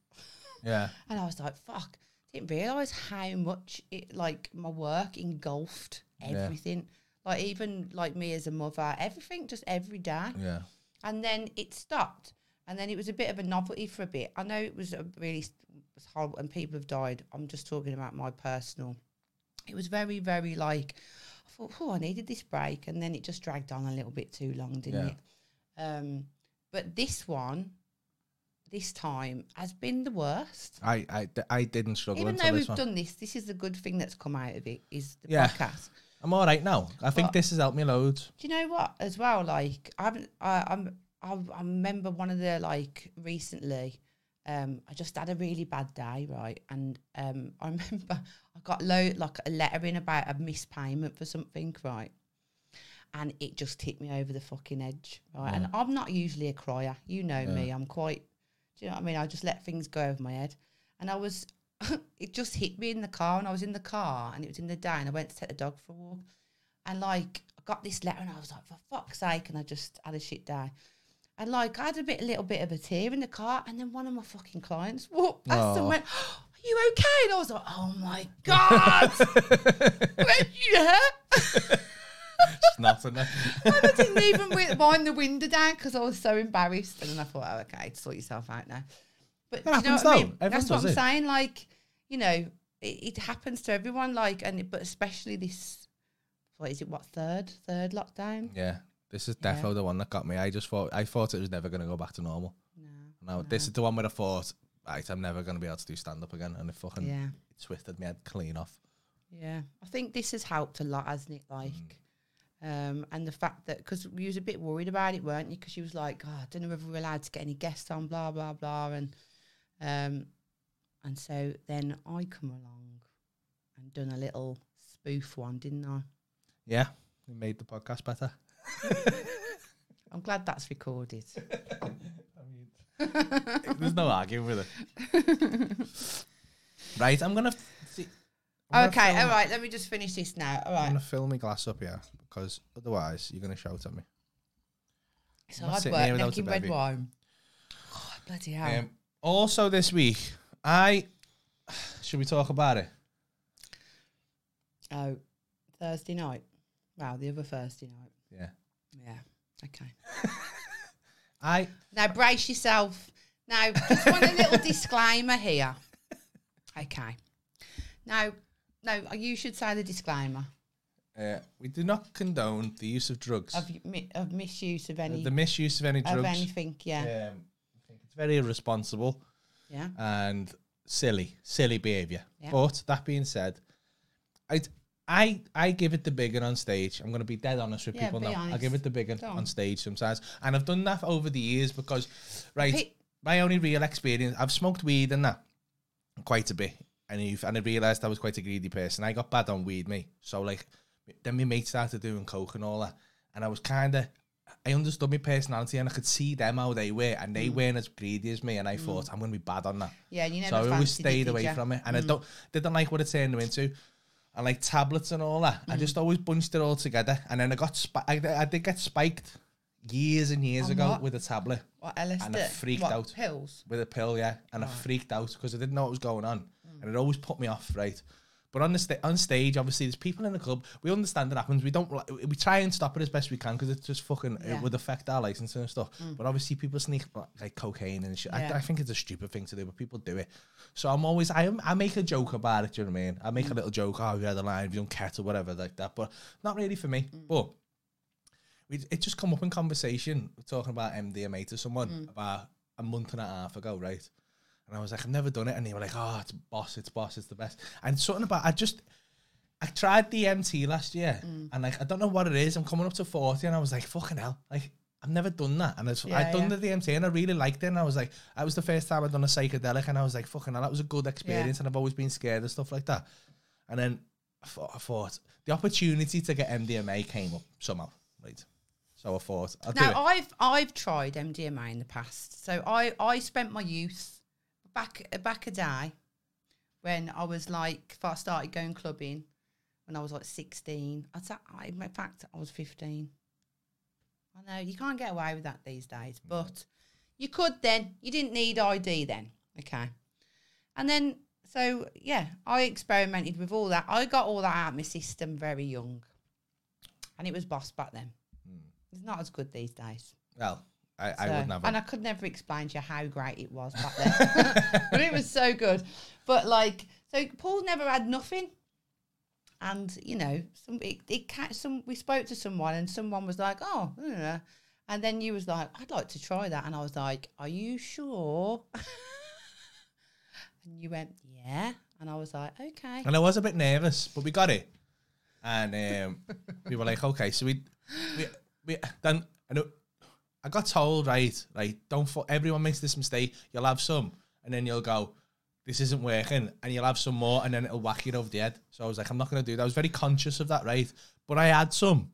C: yeah,
B: and I was like, "Fuck!" Didn't realize how much it like my work engulfed
C: Yeah.
B: everything. Like even like me as a mother, everything just every day.
C: yeah,
B: and then it stopped and then it was a bit of a novelty for a bit i know it was a really it was horrible and people have died i'm just talking about my personal it was very very like i thought oh i needed this break and then it just dragged on a little bit too long didn't
C: Yeah.
B: it um but this one this time has been the worst
C: I, I, d- I didn't struggle
B: even though
C: until
B: we've
C: this one.
B: done this this is the good thing that's come out of it is the
C: Yeah.
B: podcast
C: I'm all right now. I think
B: But-
C: this has helped me loads.
B: Do you know what? As well, like I haven't. I, I'm. I, I remember one of the like recently. Um, I just had a really bad day, right? And um, I remember I got low like a letter in about a missed payment for something, right? And it just hit me over the fucking edge, right? And I'm not usually a crier, you know me. I'm quite. Do you know what I mean? I just let things go over my head, and I was. it just hit me in the car, and I was in the car, and it was in the day, and I went to take the dog for a walk, and like I got this letter and I was like, for fuck's sake, and I just had a shit day. And like I had a bit, a little bit of a tear in the car, and then one of my fucking clients walked past and
C: Aw.
B: went, "Are you okay?" And I was like, "Oh my god, Went, yeah."
C: It's nothing.
B: I didn't even wi- wind the window down because I was so embarrassed. And then I thought, oh, okay, sort yourself out now. But
C: That
B: do you know
C: happens
B: what I mean?
C: though. Everyone
B: That's what
C: does
B: I'm
C: it.
B: saying. Like, you know, it, it happens to everyone. Like, and but especially this. What is it? What third? Third lockdown?
C: yeah, this is
B: Yeah.
C: defo the one that got me. I just thought I thought it was never going to go back to normal.
B: No.
C: Now this is the one where I thought, right, I'm never going to be able to do stand up again, and it fucking
B: Yeah.
C: it twisted me head clean off.
B: Yeah, I think this has helped a lot, hasn't it? Like, um, and the fact that because you was a bit worried about it, weren't you? Because you was like, oh, I don't know whether we're allowed to get any guests on, blah blah blah, and um, and so then I come along and done a little spoof one, didn't I?
C: Yeah, it made the podcast better.
B: I'm glad that's recorded.
C: There's no arguing with it. right, I'm gonna. See, I'm gonna
B: okay,
C: fill-
B: all right. Let me just finish this now. All
C: I'm
B: right.
C: gonna fill my glass up here because otherwise you're gonna shout at me.
B: So
C: I'm not
B: hard
C: sitting
B: work
C: here without
B: making
C: a
B: red
C: bevy.
B: wine. God, bloody hell!
C: Um, also, this week, I should we talk about it?
B: Oh, Thursday night. Wow, the other Thursday night.
C: Yeah,
B: Yeah. Okay.
C: I
B: Now brace yourself. Now just want a little disclaimer here. Okay. Now, no, you should say the disclaimer
C: uh, we do not condone the use of drugs, Uh,
B: of mi- of misuse of any
C: the misuse of any
B: of
C: drugs.
B: anything. Yeah. Yeah.
C: Um, I think it's very irresponsible
B: Yeah.
C: and silly, silly behaviour.
B: Mm-hmm. Yeah.
C: But that being said, I I I give it the big one on stage. I'm going to be dead honest with
B: Yeah,
C: people
B: be
C: now. I
B: honest.
C: give it the big one
B: Go on.
C: on stage sometimes, and I've done that over the years because, right,
B: Pe-
C: my only real experience, I've smoked weed and that quite a bit, and you've, and I realised I was quite a greedy person. I got bad on weed, me. So like, then my mate started doing coke and all that, and I was kind of. I understood my personality and I could see them how they were and they weren't as greedy as me and I thought I'm going to be bad on that
B: You Mm. never.
C: so I always
B: fancied it,
C: stayed
B: did
C: away
B: ya? Mm.
C: from it, and I don't didn't like what it turned them into, and like tablets and all that. I
B: Mm.
C: just always bunched it all together, and then I got spi- I, I did get spiked years and years
B: On
C: ago
B: what?
C: with a tablet
B: What LSD?
C: and I freaked
B: what,
C: out.
B: Pills.
C: with a pill, yeah, and I freaked out because I didn't know what was going on, and it always put me off, right. But on the sta- on stage, obviously, there's people in the club. We understand it happens. We don't. li- We try and stop it as best we can because it's just fucking.
B: Yeah.
C: It would affect our licensing and stuff. But obviously, people sneak like, like cocaine and shit.
B: Yeah.
C: I, I think it's a stupid thing to do, but people do it. So I'm always. I am, I make a joke about it. Do you know what I mean? I
B: Mm.
C: make a little joke. Oh, you had a line, have you done cat or whatever like that. But not really for me.
B: Mm.
C: But we, it just come up in conversation we're talking about MDMA to someone
B: Mm.
C: about a month and a half ago, right? And I was like, I've never done it, and they were like, Oh, it's boss, it's boss, it's the best. And something about I just I tried DMT last year,
B: Mm.
C: and like I don't know what it is. I'm coming up to forty, and I was like, fucking hell, like. I've never done that, and I
B: Yeah,
C: I'd done
B: yeah.
C: the DMT, and I really liked it. And I was like, that was the first time I'd done a psychedelic, and I was like, fucking, hell, that was a good experience. And I've always been scared of stuff like that. And then I thought, I thought the opportunity to get MDMA came up somehow, right? So I thought, I'll do it.
B: Now I've I've tried MDMA in the past. So I I spent my youth back back a day when I was like if I started going clubbing when I was like sixteen. I was, I in fact I was fifteen. I know you can't get away with that these days,
C: Mm.
B: but you could then. You didn't need ID then. Okay. And then, so yeah, I experimented with all that. I got all that out of my system very young. And it was boss back then. It's not as good these days.
C: well, I, I
B: So-
C: wouldn't have. it.
B: And I could never explain to you how great it was back then. but it was so good. But like, so Paul never had nothing. And, you know, some, it, it ca- some we spoke to someone and someone was like, oh, I don't know." and then you was like, I'd like to try that. And I was like, are you sure? and you went, yeah. And I was like, okay.
C: And I was a bit nervous, but we got it. And um, we were like, okay, so we, we, we then and it- I got told, right, like, don't, fu- everyone makes this mistake. You'll have some, and then you'll go, this isn't working, and you'll have some more, and then it'll whack you over the head. So I was like, I'm not going to do that. I was very conscious of that, right? But I had some.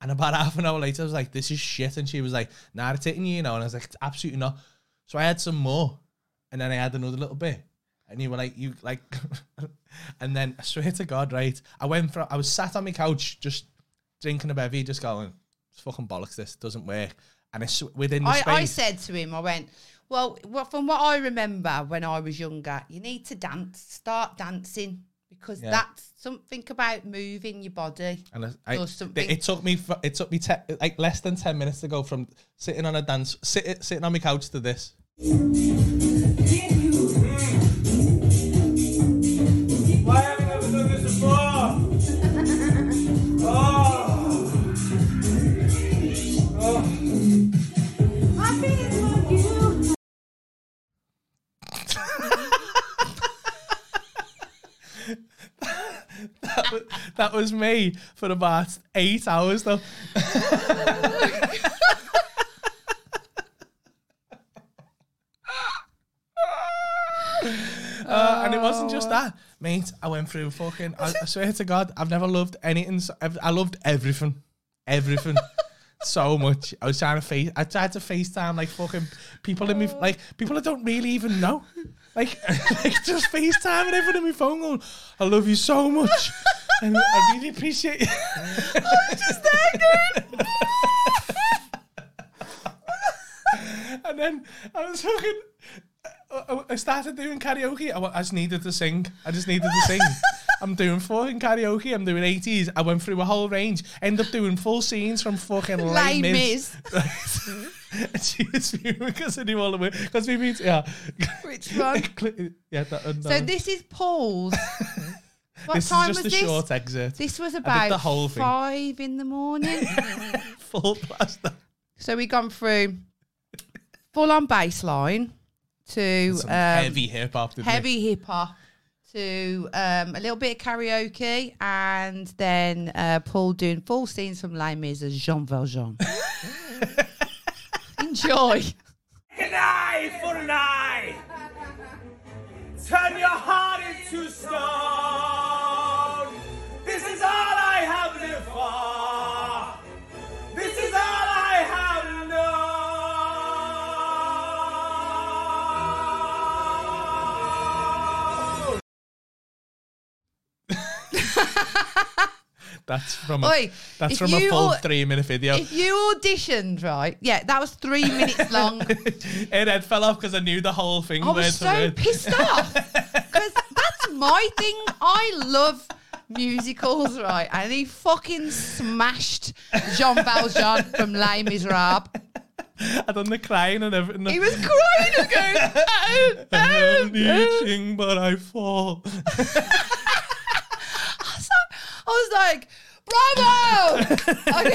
C: And about half an hour later, I was like, this is shit. And she was like, nah, it's hitting you, you know. And I was like, it's absolutely not. So I had some more. And then I had another little bit. And you were like, you like, and then I swear to God, right? I went from, I was sat on my couch just drinking a bevy, just going, it's fucking bollocks, this doesn't work. and it's within the
B: I,
C: space.
B: I said to him, I went, well, well, from what I remember when I was younger, you need to dance, start dancing, because
C: Yeah.
B: that's something about moving your body.
C: and I- I,
B: or something.
C: it took me f- it took me te- like less than ten minutes to go from sitting on a dance sit, sitting on my couch to this.
D: Why haven't I ever done this before? oh.
C: That was, that was me for about eight hours though. Uh, and it wasn't just that, mate. I went through fucking. I, I swear to God, I've never loved anything. So, I've- I loved everything, everything, so much. I was trying to face. I tried to FaceTime like fucking people in me, like people I don't really even know, like like just FaceTime and everyone in my phone going, "I love you so much." And I really appreciate you. And then I was fucking. I- I, I started doing karaoke. I, wa- I just needed to sing. I just needed to sing. I'm doing fucking karaoke. I'm doing 80s. I went through a whole range. End up doing full scenes from fucking Les
B: Les
C: Mis. And she was fuming because I knew all the way. Because we meet, yeah.
B: Which one?
C: yeah, that, uh,
B: So
C: no.
B: this is Paul's. what
C: this is
B: time
C: just
B: was
C: a
B: this?
C: short excerpt.
B: This was
C: the
B: about
C: whole thing.
B: five in the morning.
C: Full plaster.
B: so we gone through full on bass line to
C: Some
B: um,
C: heavy hip hop. didn't it?
B: heavy hip hop to um, a little bit of karaoke and then uh, Paul doing full scenes from Les Mis as Jean Valjean. Enjoy.
D: An eye for an eye. Turn your heart into stone. This is all I have lived for. This is all I have known.
C: That's from a,
B: Oi,
C: that's
B: if
C: from a
B: you
C: full
B: all-
C: three minute video.
B: If you auditioned, right? Yeah, that was three minutes long.
C: It head fell off because I knew the whole thing.
B: I
C: word
B: was
C: for
B: so
C: word.
B: pissed off because that's my thing. I love musicals, right? And he fucking smashed Jean Valjean from Les Miserables.
C: I done the crying and everything.
B: He was crying and going, oh, oh,
C: I'm
B: oh.
C: reaching, but I fall.
B: I was like, bravo! I,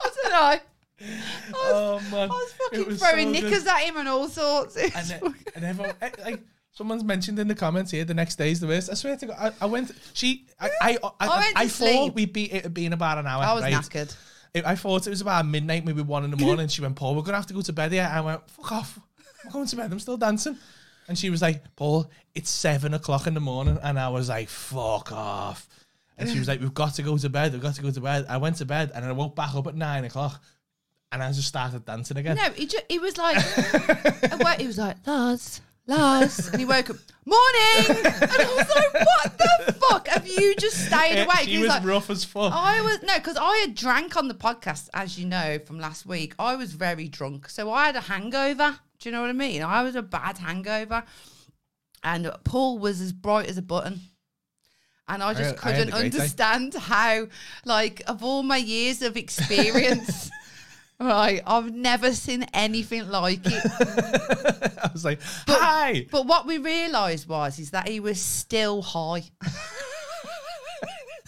B: I don't know.
C: Oh man!
B: I was
C: It
B: fucking throwing
C: was so good.
B: knickers at him and all sorts. It
C: And,
B: was
C: then-
B: fucking-
C: and everyone, eh, like someone's mentioned in the comments here, the next day's the worst. I swear to God, I, I went. She, I, I, I, I,
B: I went to
C: thought
B: sleep.
C: we'd be it had been about an hour.
B: I was
C: right?
B: knackered.
C: It- I thought it was about midnight, maybe one in the morning. she went, Paul, we're gonna have to go to bed here. I went, fuck off. I'm going to bed. I'm still dancing. And she was like, Paul, it's seven o'clock in the morning. And I was like, fuck off. And she was like, we've got to go to bed. We've got to go to bed. I went to bed and I woke back up at nine o'clock. And I just started dancing again.
B: No, he, ju- he was like, I wo- he was like, Lars, Lars. And he woke up, morning. And I was like, what the fuck? Have you just stayed
C: Eh,
B: awake? And
C: she
B: he
C: was
B: like,
C: rough as fuck.
B: I was no, because I had drank on the podcast, as you know from last week. I was very drunk, so I had a hangover. Do you know what I mean? I was a bad hangover, and Paul was as bright as a button. And I just
C: I- I had
B: couldn't
C: a great day.
B: understand how, like, of all my years of experience, right, I've never seen anything like it.
C: I was like, hi.
B: But what we realised was is that he was still high.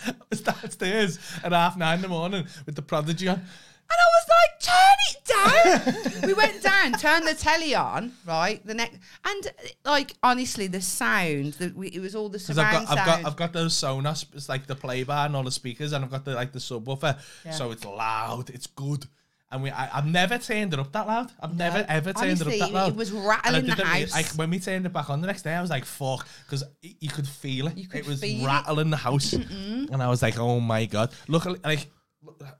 C: I was downstairs at half nine in the morning with the prodigy on.
B: And I was like, turn it down. we went down, turned the telly on, right? The next, and like honestly, the sound that we, it was all the
C: 'Cause I've
B: surround
C: got, I've
B: sound.
C: got, I've got those Sonos, it's like the play bar and all the speakers, and I've got the like the subwoofer,
B: Yeah.
C: so it's loud, it's good. And we, I, I've never turned it up that loud. I've never ever turned
B: Honestly,
C: it up
B: it-
C: that loud.
B: it was
C: And I
B: rattling the
C: didn't rea-
B: house.
C: Like when we turned it back on the next day, I was like, "Fuck," because you could feel it.
B: You could
C: it was
B: feel it.
C: rattling the house, and I was like, "Oh my god!" Look, like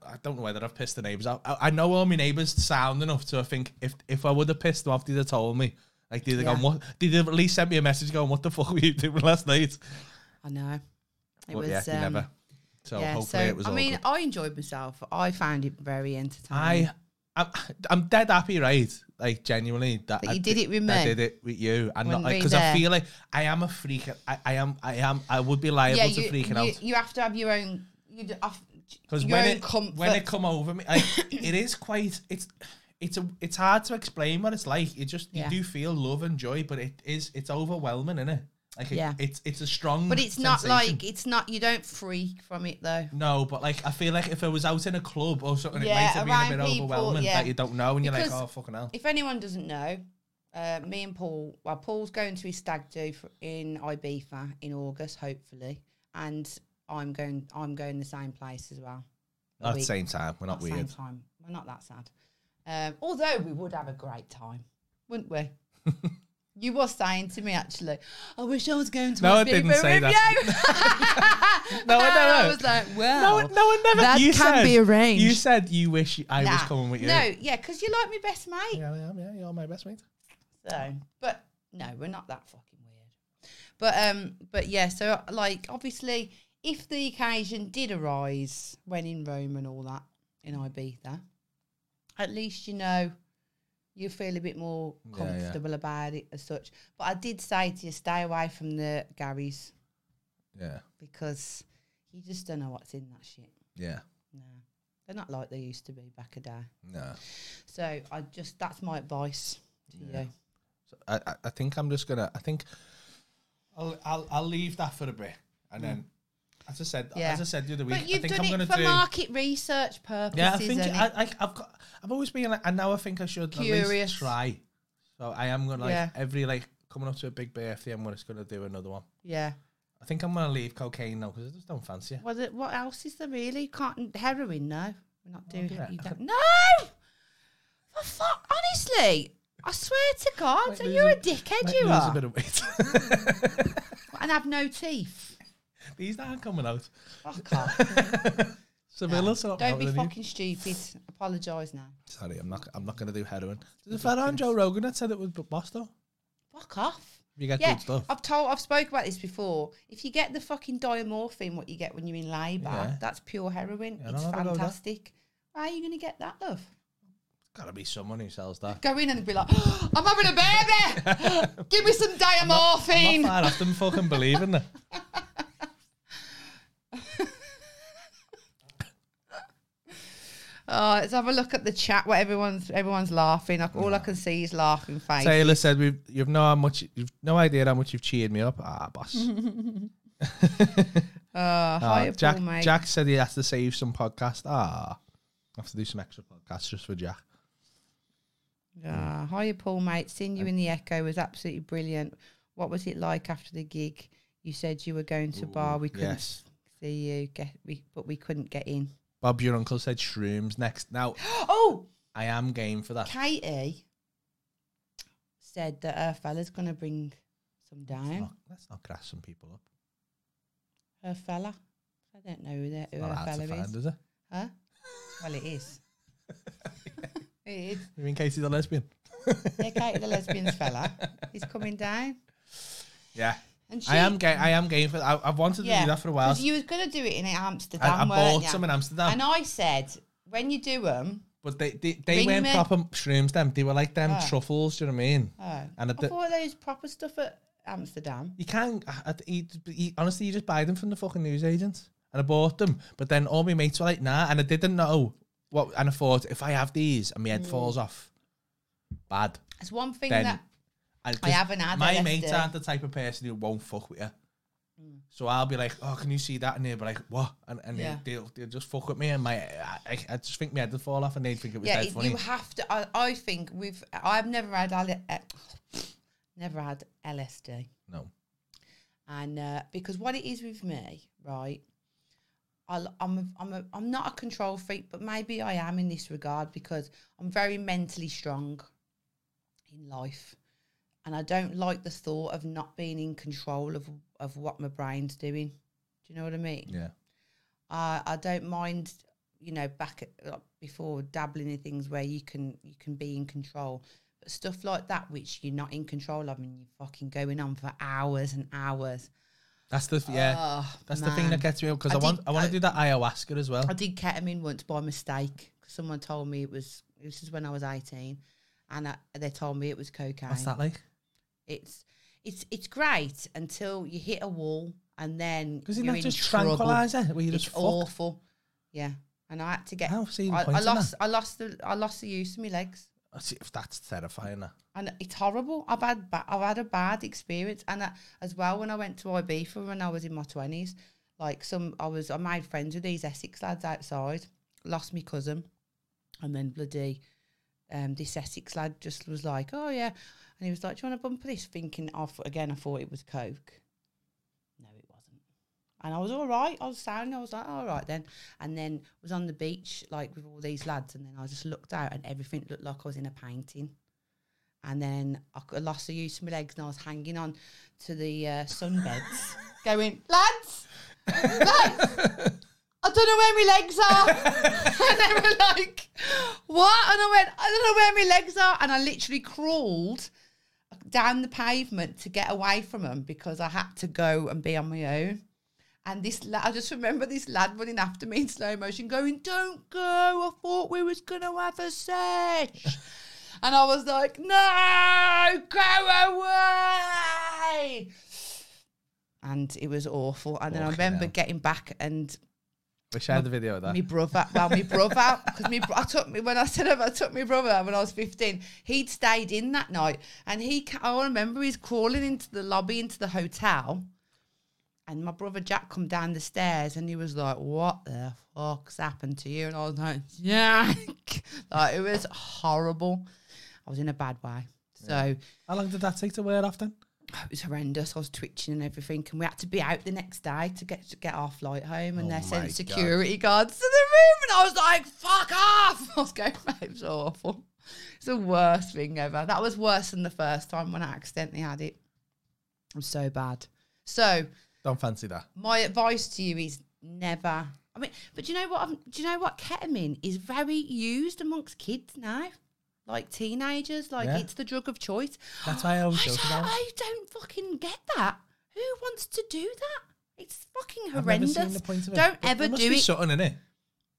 C: I don't know whether I've pissed the neighbors out. I, I know all my neighbors sound enough to I think if if I would have pissed them off, they'd have told me. Like they'd have
B: Yeah.
C: gone, "What?" They'd have at least sent me a message going, "What the fuck were you doing last night?"
B: I know. It
C: But
B: was
C: yeah, you
B: um,
C: never. So
B: yeah.
C: hopefully
B: So
C: it was
B: I
C: all
B: mean,
C: good.
B: I enjoyed myself. I found it very entertaining.
C: I I'm, I'm dead happy, right? Like genuinely, that,
B: That
C: I
B: you did it with
C: I
B: me.
C: did it with you, and
B: When
C: not
B: we
C: because I
B: there.
C: feel like I am a freak. I, I am, I am, I would be liable
B: yeah,
C: to
B: you,
C: freaking
B: you,
C: out.
B: you have to have your own. You d- have,
C: Because
B: your
C: when
B: own
C: it
B: comfort.
C: when it come over me, like, it is quite it's it's a it's hard to explain what it's like. You just
B: Yeah.
C: you do feel love and joy, but it is it's overwhelming, isn't it? Like it,
B: Yeah.
C: it's it's a strong,
B: but it's not
C: sensation.
B: like it's not. You don't freak from it though.
C: no, but like I feel like if I was out in a club or something,
B: Yeah,
C: it might have been a
B: around
C: bit
B: people,
C: overwhelming
B: yeah.
C: that you don't know, and you're
B: Because
C: like, oh fucking hell.
B: If anyone doesn't know, uh, me and Paul, well, Paul's going to his stag do for, in Ibiza in August, hopefully, and I'm going. I'm going the same place as well.
C: Not at the
B: we-
C: same time, we're not
B: At the
C: weird.
B: Same time, we're not that sad. Um, although we would have a great time, wouldn't we? you were saying to me actually, I wish I was going to.
C: No,
B: a
C: I didn't
B: Ibiza
C: say
B: with you."
C: No, I don't
B: And I
C: know.
B: was like,
C: No,
B: well,
C: one- no one never.
B: That
C: you
B: can
C: said-
B: be arranged.
C: You said you wish I was
B: nah.
C: coming with you.
B: No, yeah, because you like me best mate.
C: Yeah, yeah, yeah, you're my best mate.
B: So, but no, we're not that fucking weird. But um, but yeah, so like obviously, if the occasion did arise when in Rome and all that in Ibiza, at least you know you feel a bit more
C: Yeah, yeah.
B: comfortable about it as such. But I did say to you, stay away from the Garys
C: Yeah,
B: because you just don't know what's in that shit.
C: yeah,
B: No, they're not like they used to be back a day.
C: no.
B: So I just that's my advice to you.
C: I, I- I think I'm just gonna. I think I'll I'll, I'll leave that for a bit, and then as I said,
B: Hmm. Yeah.
C: as I said the other week,
B: But you've
C: I think
B: done
C: I'm
B: it
C: gonna
B: for
C: do.
B: market research purposes.
C: yeah, I think
B: and
C: I, I I've got. I've always been like, and now I think I should at
B: Curious.
C: least try. So I am gonna like
B: Yeah.
C: every like coming up to a big birthday, I'm just gonna do another one.
B: yeah.
C: I think I'm gonna leave cocaine now because I just don't fancy it.
B: What, it- what else is there really? Can't heroin? No, we're not doing.
C: do that.
B: You don't, no. For fuck, honestly, I swear to God,
C: Might
B: so
C: lose
B: you're
C: a-
B: a dickhead.
C: Might
B: you
C: lose
B: are,
C: a bit of weight.
B: and have no teeth.
C: These aren't coming out.
B: Fuck off.
C: So we'll listen up now,
B: Don't be
C: will you?
B: fucking stupid. Apologise now.
C: Sorry, I'm not. I'm not gonna do heroin. There's a fella on Joe Rogan that said it was boss though.
B: Fuck off.
C: You get
B: Yeah,
C: good stuff.
B: I've told, I've spoke about this before. If you get the fucking diamorphine, what you get when you're in labour,
C: Yeah.
B: that's pure heroin.
C: Yeah,
B: it's
C: I'll have a go with that.
B: fantastic. How are you going to get that, love?
C: Gotta be someone who sells that.
B: Go in and be like, I'm having a baby. Give me some diamorphine.
C: I'm not far off them fucking believing it.
B: oh, let's have a look at the chat. What everyone's everyone's laughing. Like, all I can see is laughing face.
C: Taylor said, "We've you've no how much you've no idea how much you've cheered me up." Ah, boss.
B: oh,
C: Ah,
B: hi,
C: Jack
B: Paul, mate.
C: Jack said he has to save some podcast. Ah, I have to do some extra podcasts just for Jack.
B: Ah, hiya, Paul, mate. Seeing you in the Echo was absolutely brilliant. What was it like after the gig? You said you were going to bar. We couldn't
C: yes.
B: see you, get, we, but we couldn't get in.
C: Bob, your uncle said shrooms next. Now
B: Oh,
C: I am game for that.
B: Katie said that her fella's going to bring some
C: Let's
B: down.
C: not, let's not crash some people up.
B: Her fella. I don't know who, that, who
C: Not
B: her
C: hard to
B: fella
C: find,
B: is.
C: is it?
B: Huh? Well, it is. it is.
C: You mean Casey's a lesbian?
B: Yeah, Katie the lesbian's fella. He's coming down.
C: Yeah,
B: And she,
C: I am. Ga- I am game for. I, I've wanted to do that for a while.
B: 'cause You was going to do it in Amsterdam,
C: I, I
B: weren't
C: bought
B: ya?
C: some in Amsterdam.
B: And I said, when you do them,
C: But they they, they
B: Ring
C: weren't
B: me.
C: proper shrooms. Them they were like them
B: Ah.
C: truffles. Do you know what I mean?
B: oh, I
C: And at the-
B: thought those proper stuff at Amsterdam.
C: You can't. I- I- you- you- honestly, you just buy them from the fucking newsagents. And I bought them, but then all my mates were like, "Nah," and I didn't know what. And I thought, if I have these and my head falls off, bad.
B: That's one thing
C: Then
B: Hmm. that
C: And
B: I haven't had
C: My
B: LSD.
C: mates aren't the type of person who won't fuck with you. So I'll be like, "Oh, can you see that?" And they'll be like, "What?" And, and
B: Hmm. Yeah.
C: they, will they'll just fuck with me, and my I, I- I just think my head would fall off, and they'd think it was
B: yeah,
C: dead
B: it-
C: funny.
B: you have to. I, I think we've. I've never had L- uh, never had LSD,
C: no,
B: and uh, because what it is with me, right? I'll, I'm a, I'm a, I'm not a control freak, but maybe I am in this regard because I'm very mentally strong in life, and I don't like the thought of not being in control of of what my brain's doing. Do you know what I mean?
C: yeah,
B: I I don't mind, you know, back at, like, before dabbling in things where you can you can be in control, but stuff like that which you're not in control of and you're fucking going on for hours and hours.
C: that's the yeah.
B: Oh,
C: That's the thing
B: man.
C: that gets me because
B: I
C: I, want
B: did-
C: I want
B: I-
C: to do that ayahuasca as well.
B: I did ketamine once by mistake. 'cause Someone told me it was This is when I was 18. And I, they told me it was cocaine.
C: What's that like?
B: It's it's it's great until you hit a wall and then
C: Because isn't
B: you're
C: that
B: in
C: just
B: trouble.
C: tranquilizer? Where you
B: It's
C: just fucked?
B: awful. Yeah. And I had to get
C: I don't see the
B: I,
C: point
B: I
C: in that.
B: lost I lost the I lost the use of my legs.
C: I see- That's terrifying. eh? That.
B: and it's horrible. I've had ba- I've had a bad experience, and I, as well when I went to Ibiza when I was in my twenties, like some I was I made friends with these Essex lads outside, lost my cousin, and then bloody, um, this Essex lad just was like, oh yeah, and he was like, do you want a bump of this? Thinking off again, I thought it was coke. No, it wasn't. And I was all right. I was sound. I was like, all right then. And then was on the beach like with all these lads, and then I just looked out, and everything looked like I was in a painting and then I c- lost the use of my legs and I was hanging on to the uh, sunbeds, going, lads, lads, I don't know where my legs are. and they were like, what? And I went, I don't know where my legs are. And I literally crawled down the pavement to get away from them because I had to go and be on my own. And this, la- I just remember this lad running after me in slow motion, going, "Don't go! I thought we was gonna have a sesh." and I was like, "No, go away!" And it was awful. And then I
C: Fucking
B: remember
C: hell.
B: getting back, and
C: Wish I had the video of that.
B: my brother, well, my brother, because my bro- I took me when I said I took my brother when I was fifteen. He'd stayed in that night, and he, ca- I remember he's crawling into the lobby into the hotel, and my brother Jack come down the stairs, and he was like, "What the fuck's happened to you?" And I was like, "Jack," like it was horrible. I was in a bad way, so
C: How long did that take to wear off then?
B: it was horrendous. I was twitching and everything, and we had to be out the next day to get to get our flight home. And
C: Oh
B: they
C: my
B: sent
C: God.
B: security guards to the room, and I was like, "Fuck off!" I was going, "Mate, "It was awful. It's the worst thing ever. That was worse than the first time when I accidentally had it. It was so bad." So
C: Don't fancy that.
B: my advice to you is never. I mean, but do you know what? I'm- Do you know what? Ketamine is very used amongst kids now, like teenagers. Like
C: Yeah.
B: it's the drug of choice.
C: That's why I always
B: I
C: joke
B: don't,
C: about. it.
B: I don't fucking get that. Who wants to do that? It's fucking
C: I've never
B: horrendous.
C: seen the point of it.
B: Don't
C: But
B: ever
C: there must
B: do
C: be
B: it.
C: Something in it.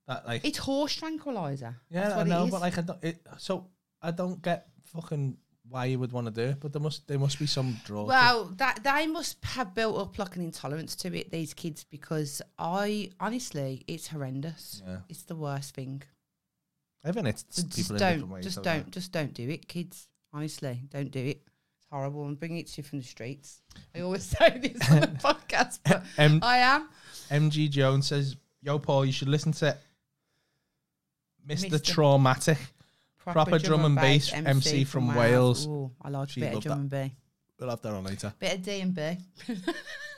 C: That like
B: It's horse tranquilizer. That's
C: yeah, I
B: what it
C: know,
B: is.
C: but like I don't. It, so I don't get fucking why you would want to do it, but there must there must be some draw. to it.
B: Well, that they must have built up like an intolerance to it, these kids, because I honestly, it's horrendous.
C: Yeah.
B: It's the worst thing.
C: even it's
B: So
C: people
B: just
C: in different
B: don't,
C: ways,
B: just
C: don't they?
B: don't, just don't do it, kids. Honestly, don't do it. It's horrible. I'm bringing it to you from the streets. I always say this on the podcast, but
C: Um,
B: I am.
C: MG Jones says, "Yo, Paul, you should listen to Mr.
B: Mr.
C: Traumatic. Proper drum and bass MC from Wales.
B: Ooh, I like
C: She
B: a bit of
C: loved
B: drum and B.
C: We'll have that on later.
B: Bit of D and B.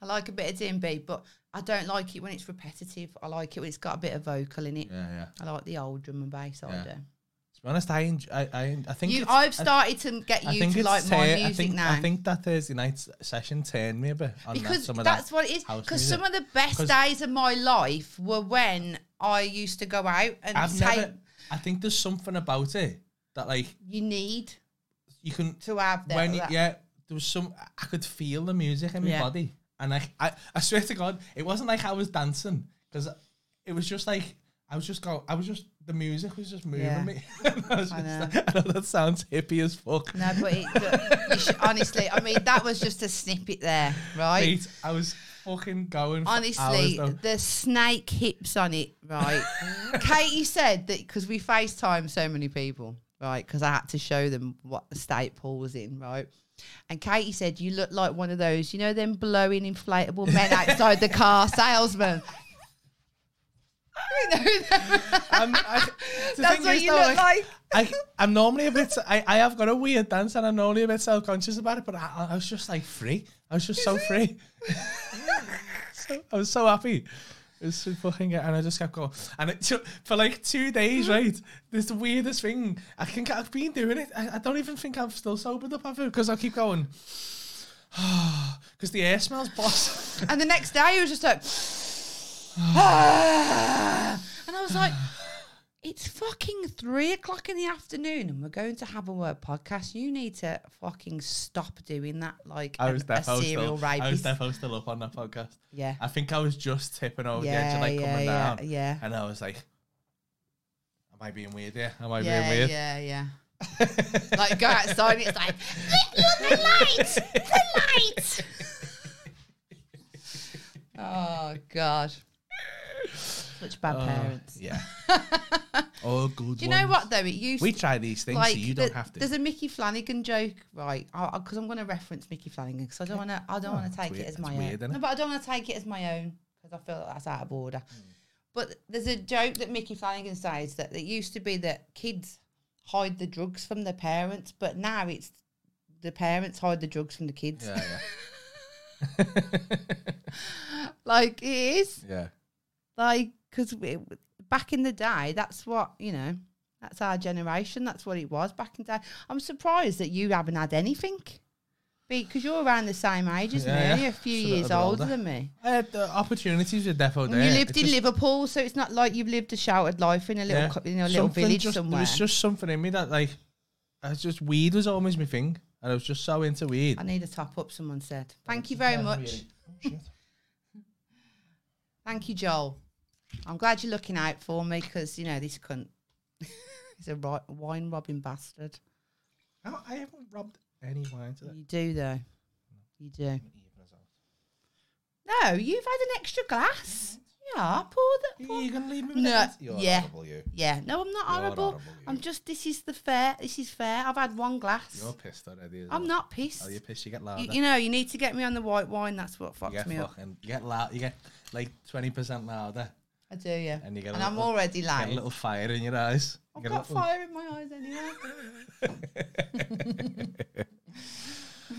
B: I like a bit of D and B, but I don't like it when it's repetitive. I like it when it's got a bit of vocal in it.
C: Yeah, yeah.
B: I like the old drum and bass. I
C: Yeah.
B: do.
C: To be honest, I enj- I, I, I think
B: You,
C: it's-
B: I've
C: I-
B: started to get
C: I
B: you
C: think
B: to
C: it's
B: like my
C: tur-
B: music
C: I think,
B: now
C: I think that Thursday night session turned me a bit on that,
B: because
C: some of
B: that's
C: that.
B: what it is.
C: house
B: Because
C: music.
B: some of the best
C: 'Cause-
B: days of my life were when I used to go out and
C: I've
B: take.
C: never. I think there's something about it that like
B: You need
C: you can
B: to have that.
C: when you-
B: that.
C: yeah there was some I could feel the music in my
B: Yeah.
C: body and I, I I swear to God it wasn't like I was dancing because it was just like I was just go I was just the music was just moving
B: Yeah.
C: me. And I was
B: I
C: just like- I know that sounds hippie as fuck.
B: No, but it, but you should, honestly, I mean, that was just a snippet there, right?
C: Mate, I was fucking going. for hours,
B: Honestly,
C: though.
B: the snake hips on it, right? Katie said that because we FaceTime so many people, right? Because I had to show them what the state Paul was in, right? And Katie said, You look like one of those, you know, them blowing inflatable men outside the car salesman. You know them?
C: I'm- I- the
B: That's
C: thing
B: what
C: is,
B: you
C: though,
B: look like.
C: I, I'm normally a bit. I, I have got a weird dance, and I'm normally a bit self conscious about it. But I, I was just like free. I was just so free. so, I was so happy. It was so fucking good, and I just kept going. And it took for like two days, right? This is the weirdest thing. I think I've been doing it. I, I don't even think I'm still sobered up after because I keep going. Because the air smells, boss.
B: And the next day, he was just like, "Ah." and I was like, it's fucking three o'clock in the afternoon, and we're going to have a word podcast. You need to fucking stop doing that, like
C: I
B: an-
C: was
B: a
C: defo
B: serial
C: still. I was
B: rapist.
C: defo still up on that podcast.
B: yeah,
C: Oh, I think I was just tipping over the edge
B: yeah,
C: of like
B: yeah,
C: coming
B: yeah,
C: down.
B: yeah.
C: And I was like, Am I being weird here? Am I being
B: yeah,
C: weird?
B: yeah, yeah. like you go outside and it's like, look, look, the light, the light. oh God, such bad parents.
C: Yeah. oh, Uh, good.
B: Do you know
C: ones.
B: what though? It used
C: We
B: to-
C: try these things,
B: like
C: so you
B: the-
C: don't have to.
B: There's a Mickey Flanagan joke, right? Because I'm going to reference Mickey Flanagan because I don't want to. I don't want
C: it's
B: to take
C: weird-
B: it as
C: it's
B: my
C: weird,
B: own.
C: innit?
B: No, but I don't want to take it as my own because I feel that's out of order.
C: Hmm.
B: But there's a joke that Mickey Flanagan says that it used to be that kids hide the drugs from their parents, but now it's the parents hide the drugs from the kids.
C: yeah, yeah.
B: Like it is
C: yeah.
B: like because back in the day, that's what you know. That's our generation. That's what it was back in the day. I'm surprised that you haven't had anything, because you're around the same age as me.
C: Yeah, yeah.
B: Only a few
C: Just a
B: years
C: little bit
B: older,
C: older.
B: than me.
C: I had Uh, the opportunities with Defo
B: And
C: there.
B: you lived
C: It's
B: in
C: just-
B: Liverpool, so it's not like you've lived a sheltered life in a little co- in a little
C: Something
B: village
C: just, There
B: somewhere.
C: was just something in me that, like, I was just weed was always my thing, and I was just so into weed.
B: I need a top up. Someone said. Thank you very much.
C: Oh,
B: Thank you, Joel. I'm glad you're looking out for me because you know this cunt. He's a ri- wine robbing bastard.
C: I I haven't robbed any wine today.
B: You do though. You do. No, you've had an extra glass. Yeah, pour the.
C: You,
B: Pour.
C: you gonna leave me with
B: No,
C: that? You're
B: yeah.
C: horrible, you.
B: Yeah, no, I'm not
C: You're
B: horrible.
C: horrible, you.
B: I'm just. This is the fair. This is fair. I've had one glass.
C: You're pissed already. as
B: I'm
C: well.
B: not pissed.
C: Oh, you're
B: you,
C: pissed. You get louder.
B: you know, you need to get me on the white wine. That's what
C: You
B: fucks
C: get
B: me up.
C: fucking. You get loud. You get like twenty percent louder,
B: I do, yeah.
C: and you get.
B: And
C: a
B: I'm
C: little,
B: already
C: you get
B: loud.
C: a little fire in your eyes. You
B: I've
C: get a
B: got
C: little-
B: fire in my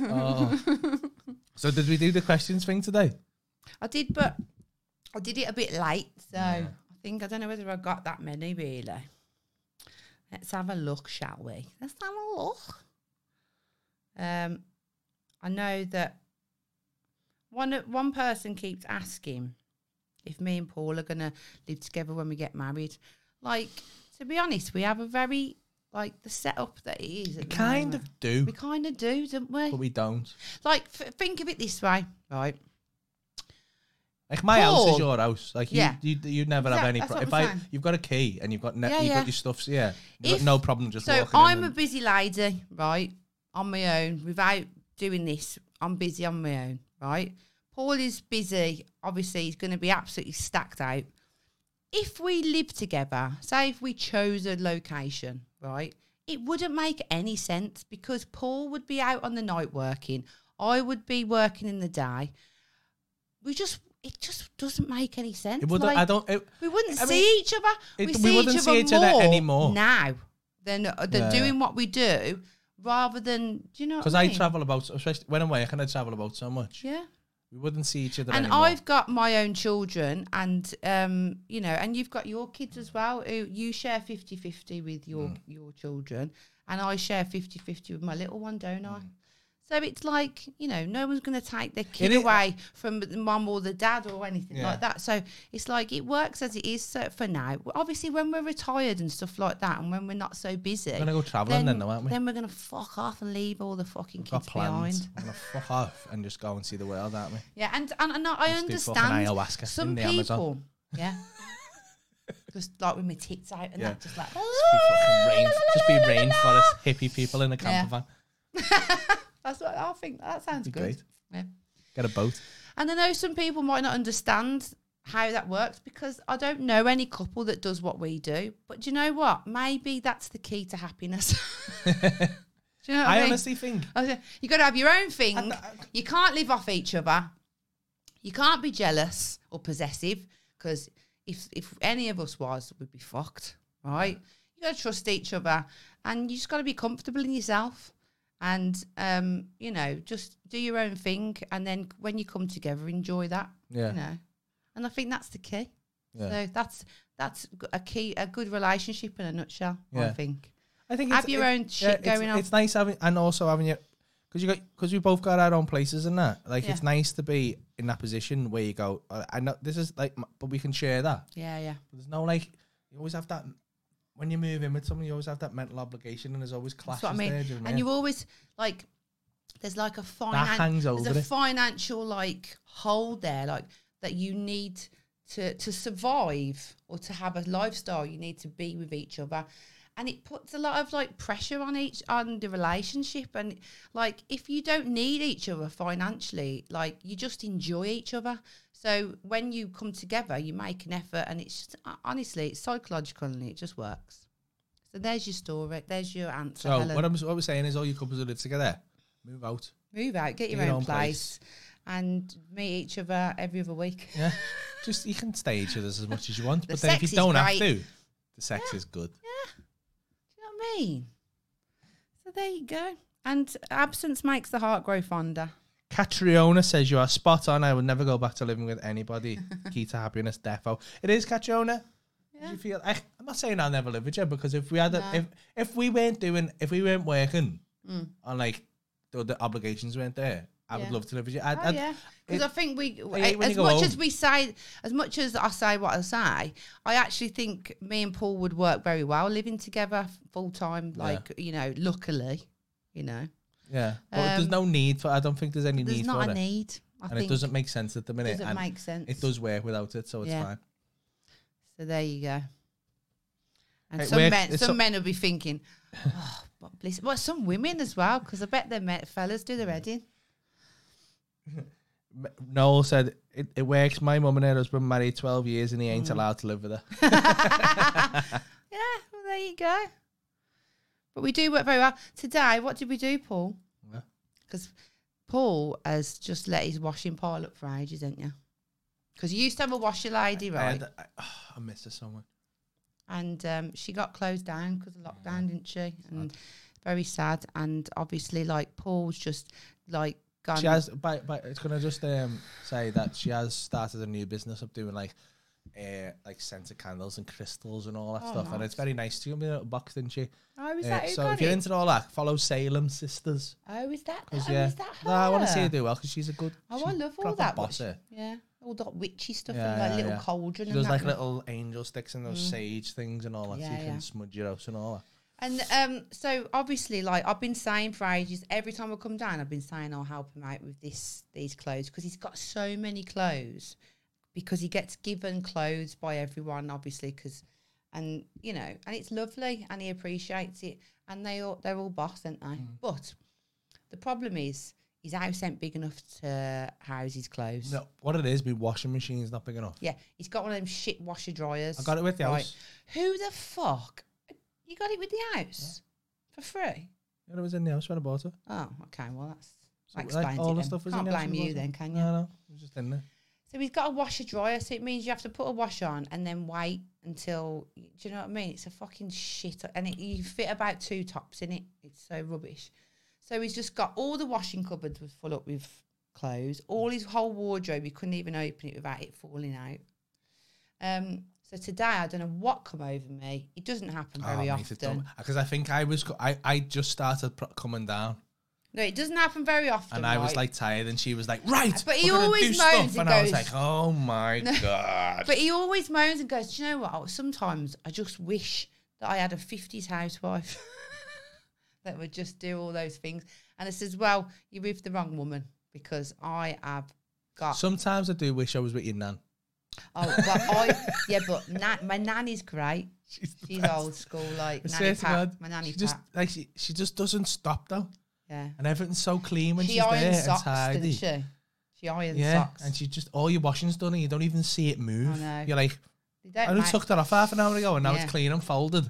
B: eyes anyway.
C: Oh. so did we do the questions thing today?
B: I did, but I did it a bit late, so I think I don't know whether I got that many really. Let's have a look, shall we? Let's have a look. Um, I know that one one person keeps asking if me and Paul are gonna live together when we get married. Like to be honest, we have a very like the setup that it is. At the
C: Kind
B: moment.
C: of do,
B: We kind of do, don't we?
C: but we don't.
B: Like f- think of it this way, right?
C: Like my house
B: Paul.
C: is your house. Like
B: Yeah.
C: you, you, you never have
B: Exact-
C: any.
B: that's
C: Pro-
B: what
C: if
B: I'm
C: I,
B: saying.
C: you've got a key and you've got net,
B: Yeah,
C: you've
B: yeah.
C: got your stuff. So yeah, you've
B: If-
C: got no problem just
B: So
C: walking.
B: I'm
C: in
B: a
C: and-
B: busy lady, right? On my own, without doing this, I'm busy on my own, right? Paul is busy. Obviously, he's going to be absolutely stacked out. If we live together, say if we chose a location, right? It wouldn't make any sense because Paul would be out on the night working. I would be working in the day. We just, it just doesn't make any sense.
C: it would,
B: Like-
C: I don't. It,
B: we wouldn't
C: I
B: see
C: mean,
B: each other.
C: it-
B: we
C: we
B: see
C: wouldn't
B: each
C: see
B: other
C: each
B: more
C: other anymore.
B: now than, uh, than
C: Yeah.
B: doing what we do, rather than do you know?
C: because
B: what I,
C: I
B: mean?
C: travel about, especially when I'm working, I travel about so much.
B: Yeah,
C: We wouldn't see each other
B: and
C: anymore.
B: I've got my own children, and um, you know, and you've got your kids as well. Who you share 50-50 with your
C: Mm.
B: your children, and I share 50-50 with my little one, don't I? So it's like you know, no one's going to take their kid
C: Mm. It is- uh,
B: away from the mum or the dad or anything
C: Yeah.
B: like that. So it's like it works as it is so for now. Well, Obviously, when we're retired and stuff like that, and when we're not so busy,
C: We're gonna go travelling then though, aren't we?
B: Then we're going to fuck off and leave all the fucking
C: got
B: kids
C: plans.
B: behind.
C: I'm gonna fuck off and just go and see the world, aren't we?
B: Yeah, and and, and I
C: Let's do fucking
B: understand
C: ayahuasca
B: some
C: in the
B: people.
C: Amazon.
B: Yeah. just like with my tits out and
C: Yeah.
B: that, just like "Oh."
C: Be fucking rain, just be rainforest hippie people in a camper van.
B: that's what I think. That sounds
C: Be
B: good.
C: great.
B: Yeah.
C: Get a boat.
B: And I know some people might not understand how that works because I don't know any couple that does what we do. But do you know what? Maybe that's the key to happiness. do you know what I,
C: I
B: mean?
C: honestly think
B: I was- You got to have your own thing.
C: And uh, I-
B: you can't live off each other. You can't be jealous or possessive because if if any of us was, we'd be fucked, right? You got to trust each other, and you just got to be comfortable in yourself, and um, you know, just do your own thing, and then when you come together, enjoy that,
C: Yeah.
B: you know. And I think that's the key.
C: Yeah.
B: So that's that's g- a key, a good relationship in a nutshell. I
C: Yeah.
B: think.
C: I think
B: Have
C: it's-
B: your
C: it-
B: own shit
C: it's-
B: going on.
C: It's nice having and also having your because you got because we both got our own places and that. Like
B: Yeah.
C: it's nice to be in that position where you go. I, I know this is like, m- but we can share that.
B: Yeah, yeah.
C: There's no like you always have that when you move in with someone. You always have that mental obligation, and there's always clashes
B: That's what I mean.
C: there. do you know what I
B: and
C: mean?
B: you always like there's like a finan-
C: hangs
B: there's
C: over
B: a
C: it.
B: financial like hold there, like that you need to to survive or to have a lifestyle, you need to be with each other, and it puts a lot of like pressure on each on the relationship. And like, if you don't need each other financially, like you just enjoy each other. So when you come together, you make an effort, and it's just honestly, it's psychological and it just works. So there's your story. There's your answer.
C: So
B: Helen.
C: Oh, what I'm what we're saying is all your couples who live together, move out.
B: move out, get your, own, place, and meet each other every other week.
C: Yeah, just you can stay each other's as much as you want,
B: The
C: but then if you
B: sex is
C: don't have
B: great.
C: to, the sex is good.
B: Do you know what I mean? So there you go. And absence makes the heart grow fonder.
C: Catriona says you are spot on. I would never go back to living with anybody. Key to happiness, defo. It is Catriona. Do you feel? I, I'm not saying I'll never live with you because if we had, a, if if we weren't doing, if we weren't working, and like the, the obligations weren't there, I
B: Mm. Yeah.
C: would love to live with you. I'd,
B: Oh
C: I'd-
B: yeah, because
C: it-
B: I think we,
C: hate when
B: as
C: you go
B: much
C: home.
B: as we say, as much as I say what I say, I actually think me and Paul would work very well living together full time.
C: Yeah.
B: Like you know, luckily, you know,
C: yeah. But there's
B: Um,
C: no need for. I don't think there's any
B: there's
C: need
B: not
C: for
B: a
C: it,
B: need. I
C: and
B: think
C: it doesn't make sense at the minute.
B: doesn't
C: and
B: make sense.
C: It does work without it, so it's
B: Yeah.
C: fine.
B: So there you go. And
C: It
B: some
C: works-
B: men,
C: it's
B: some
C: so-
B: men will be thinking, oh, what bliss. Well, some women as well, because I bet their met fellas do their wedding.
C: Noel said it, it works. My mum and her husband married 12 years, and he
B: Mm.
C: ain't allowed to live with her.
B: Yeah, well, there you go. But we do work very well today. What did we do, Paul?
C: Yeah.
B: Because Paul has just let his washing pile up for ages, didn't you? Because you used to have a washer lady,
C: I,
B: right?
C: had- I, oh, I miss her so much.
B: and um, she got closed down because of lockdown, didn't she? And very sad. And obviously, like Paul's just like gone.
C: She has, by, by, it's gonna just um, say that she has started a new business of doing like, uh, like scented candles and crystals and all that
B: Oh,
C: stuff, and
B: nice.
C: it's very nice. She got me a little box, didn't she?
B: Oh, is
C: Uh,
B: that who
C: so
B: got
C: if you're
B: it?
C: into all that, follow Salem Sisters.
B: oh, is that? Oh,
C: 'cause, yeah,
B: is that her?
C: No, I want to see her do well because she's a good.
B: Oh,
C: she's
B: I love all
C: proper
B: that.
C: Boss
B: witch-
C: her.
B: yeah, all that witchy stuff
C: Yeah,
B: and like
C: yeah,
B: little
C: yeah.
B: cauldron.
C: She
B: and
C: does
B: that. Mm.
C: like little angel sticks and those sage things and all that, so
B: Yeah,
C: you
B: yeah.
C: can smudge your house and all that.
B: And um, so obviously, like I've been saying for ages, every time I come down, I've been saying I'll help him out with this these clothes because he's got so many clothes because he gets given clothes by everyone, obviously, because and you know, and it's lovely, and he appreciates it, and they all they're all boss, aren't they?
C: Mm.
B: But the problem is his house ain't big enough to house his clothes.
C: No, what it is, my washing machine's not big enough.
B: Yeah, he's got one of them shit washer dryers.
C: I got it with the
B: Right.
C: house.
B: Who the fuck? You got it with the house for free?
C: Yeah, it was in the house when I bought it.
B: Oh, okay. Well, that's
C: So,
B: that explains
C: all
B: it.
C: the
B: then.
C: stuff was
B: Can't
C: in the house
B: blame
C: when I
B: you
C: bought it.
B: then, can you?
C: No, no, it was just in there.
B: So he's got a washer dryer, so it means you have to put a wash on and then wait until. Do you know what I mean? It's a fucking shit, and it, you fit about two tops in it. It's so rubbish. So he's just got all the washing cupboards was full up with clothes. All his whole wardrobe, he couldn't even open it without it falling out. Um. So today, I don't know what come over me. It doesn't
C: Oh,
B: happen very often.
C: Because I think I was, co- I, I just started pro- coming down,
B: No, it doesn't happen very often.
C: and I was
B: right?
C: like tired, and she was like, "Right."
B: But he
C: we're gonna
B: always
C: do
B: moans and
C: stuff," and I was
B: goes-
C: like, "Oh my god."
B: But he always moans and goes, Do you know what? Oh, Sometimes I just wish that I had a 50s housewife that would just do all those things. And I says, Well, you're with the wrong woman because I have got.
C: Sometimes I do wish I was with your nan.
B: oh, well, I. Yeah, but na- my nanny's great. She's, old school, like nanny
C: I swear to
B: Pat.
C: God,
B: My nanny
C: she
B: Pat.
C: just like she, she just doesn't stop though,
B: yeah.
C: and everything's so clean when
B: She
C: she's there
B: irons
C: and
B: socks,
C: tidy.
B: doesn't she? She irons
C: Yeah,
B: socks.
C: and she just all your washing's done, and you don't even see it move.
B: know.
C: You're like,
B: they don't
C: I done
B: make-
C: took that off half an hour ago, and now
B: Yeah.
C: it's clean and folded.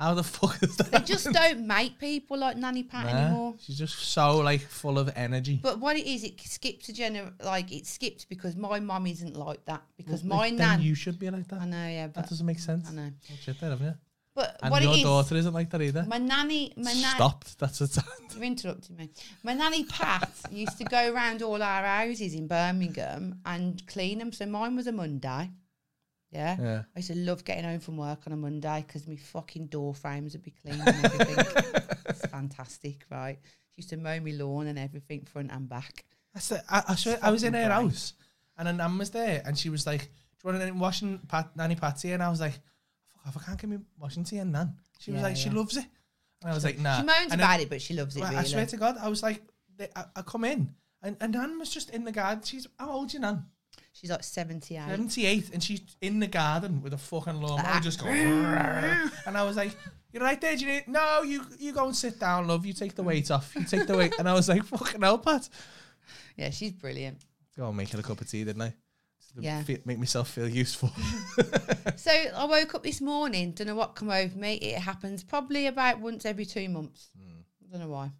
C: How the fuck is that?
B: they just don't make people like nanny Pat
C: Nah,
B: anymore.
C: She's just so like full of energy.
B: But what it is, it skipped a gener like it skipped because my mum isn't like that because
C: Well,
B: my
C: then
B: nan.
C: you should be like
B: I
C: that.
B: know, yeah,
C: That
B: but
C: doesn't make sense.
B: I know.
C: Oh, shit, there, haven't you?
B: But
C: And
B: what
C: your
B: it is,
C: daughter isn't like that either.
B: my nanny, my nanny,
C: Stopped. That's a
B: you interrupted me. My nanny Pat used to go around all our houses in Birmingham and clean them. So mine was a Monday. Yeah.
C: Yeah.
B: I used to love getting home from work on a Monday because my fucking door frames would be clean and everything. it's fantastic, right? She used to mow my lawn and everything, front and back.
C: That's the, I, I, swear, I was in her house, and her nan was there, and she was like, "Do you want any washing, Pat, nanny Patsy?" And I was like, "Fuck off! I can't give me washing to your nan." She was
B: Yeah,
C: like, "She
B: yeah.
C: loves it," and I was like, "Nah."
B: She moans
C: Uh, And then-
B: about it, but she loves it.
C: Right,
B: really.
C: I swear to God, I was like, they, I, I come in, and, and Nan was just in the garden. She's, how old's your Nan?
B: She's like 78.
C: 78, and she's in the garden with a fucking lawnmower
B: Ah.
C: just going. "Rrrr." and I was like, You're right there, do you need No, you you go and sit down, love. You take the weight off. You take the weight. And I was like, Fucking hell, Pat.
B: Yeah, she's brilliant.
C: Go and make her a cup of tea, didn't I? Just to
B: Yeah.
C: fe- make myself feel useful.
B: So I woke up this morning, don't know what come over me. It happens probably about once every two months. Don't know why.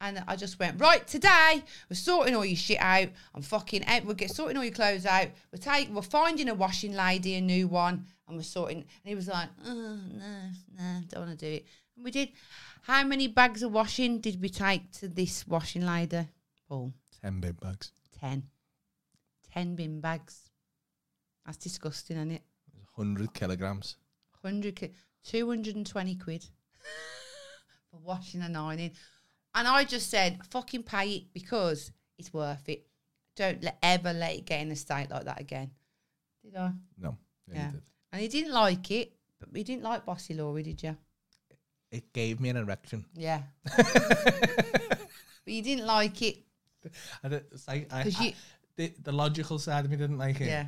B: And I just went, right, today we're sorting all your shit out. I'm fucking out. We're get sorting all your clothes out. We're taking, we're finding a washing lady, a new one, and we're sorting. And he was like, oh, no, no, don't want to do it. And we did. How many bags of washing did we take to this washing lady? Paul,
C: 10 big bugs.
B: 10. 10 bin bags. That's disgusting, isn't it?
C: 100 kilograms.
B: 100 ki- 220 quid for washing and ironing. And I just said, fucking pay it because it's worth it. Don't let, ever let it get in a state like that again. Did I?
C: No.
B: Yeah.
C: yeah, you did.
B: And he didn't like it, but we didn't like Bossy Laurie, did you?
C: It gave me an erection.
B: Yeah. but you didn't like it
C: I did, it's like, I,
B: because you,
C: I- the, the logical side of me didn't like it.
B: yeah.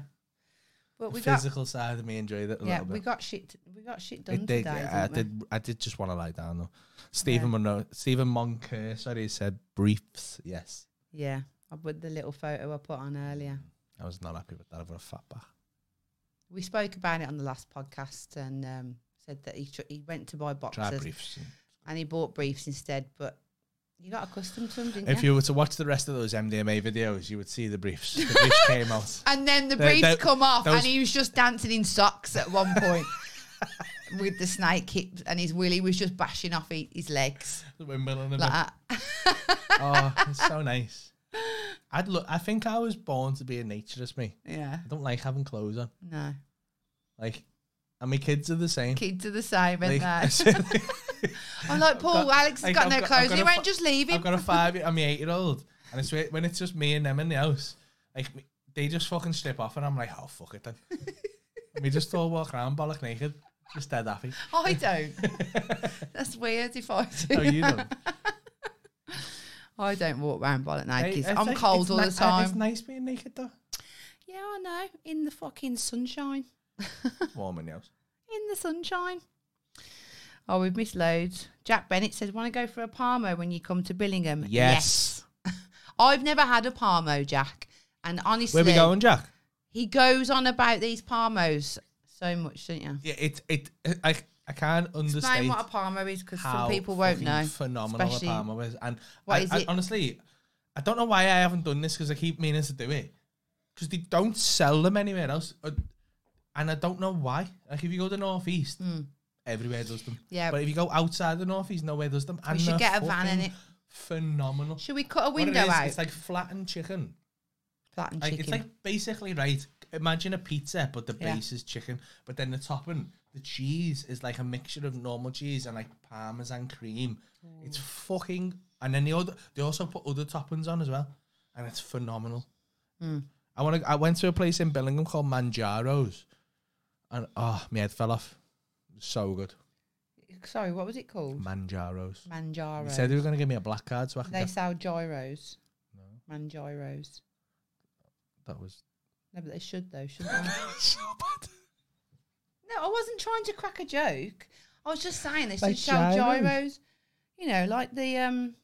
B: But
C: The
B: we got,
C: physical side of me enjoyed it a
B: yeah,
C: little bit.
B: we got shit, we got shit done
C: It did.
B: today.
C: yeah, I
B: didn't we?
C: did. I did just want to lie down though. Stephen Monroe, Stephen Moncur, sorry, said briefs. Yes,
B: Yeah. I put the little photo I put on earlier.
C: I was not happy with that. I've got a fat back.
B: we spoke about it on the last podcast and um, said that he tr- he went to buy
C: Try
B: boxes
C: briefs.
B: and he bought briefs instead, but you got accustomed to them, didn't
C: If
B: you?
C: you were to watch the rest of those MDMA videos, you would see the briefs. The briefs came out.
B: And then the
C: Th-
B: briefs
C: th-
B: come off,
C: those-
B: and he was just dancing in socks at one point with the snake hips, and his willy was just bashing off he, his legs
C: Wimbledon.
B: like ah. that.
C: oh, it's so nice. I'd look. I think I was born to be a naturist. Me.
B: Yeah,
C: I don't like having clothes on.
B: no,
C: Like, and my kids are the same.
B: kids are the same,
C: Like,
B: aren't they? I'm like Paul.
C: got-
B: Alex has
C: like,
B: got
C: I've
B: no
C: got- I've
B: clothes.
C: got
B: He
C: a
B: won't
C: fu-
B: just leave him.
C: I've got a five. I'm eight year old, and it's when it's just me and them in the house. Like me- they just fucking strip off, and I'm like, oh fuck it then. and we just all walk around bollock naked, just dead happy.
B: I don't. That's weird. If I do,
C: Oh, you know,
B: I don't walk round bollock
C: Hey,
B: naked.
C: it's
B: I'm
C: like-
B: cold
C: it's
B: all
C: ni-
B: the time.
C: It's nice being naked though.
B: Yeah, I know. In the fucking sunshine.
C: It's warm in the house.
B: In the sunshine. Oh, we've missed loads. Jack Bennett says, Want to go for a Parmo when you come to Billingham?
C: Yes.
B: I've never had a Parmo, Jack. And honestly,
C: Where we going, Jack?
B: he goes on about these Parmos so much, don't you?
C: Yeah, it it I I can't
B: Explain
C: understand
B: what a Parmo is because
C: how
B: some people won't
C: fucking
B: know.
C: Phenomenal
B: especially-
C: a Palmer is, and
B: What
C: I,
B: is
C: I-
B: it?
C: honestly, I don't know why I haven't done this because I keep meaning to do it because they don't sell them anywhere else, Uh, and I don't know why. Like if you go to the northeast, everywhere does them.
B: Hmm. Yeah.
C: but if you go outside the northeast, nowhere does them. And
B: should
C: they're
B: get a van
C: fucking
B: innit?
C: Phenomenal.
B: Should we cut a
C: What it
B: window
C: is,
B: out?
C: It's like flattened chicken.
B: Flattened
C: Like,
B: chicken.
C: it's like basically right. Imagine a pizza, but the
B: Yeah.
C: base is chicken, but then the topping, the cheese is like a mixture of normal cheese and like parmesan cream.
B: Mm.
C: It's fucking, and then the other they also put other toppings on as well, and it's phenomenal.
B: Mm.
C: I want to. I went to a place in Bellingham called Manjaro's, and oh, my head fell off. So good,
B: Sorry, what was it called?
C: Manjaro's.
B: Manjaro.
C: They said they were going to give me a black card, so I could
B: they
C: get,
B: sell gyros. Mangyros.
C: that was
B: No, but they should though, shouldn't they? No, I wasn't trying to crack a joke. I was just saying this.
C: Like
B: should sell
C: gyros?
B: gyros, you know, like the um,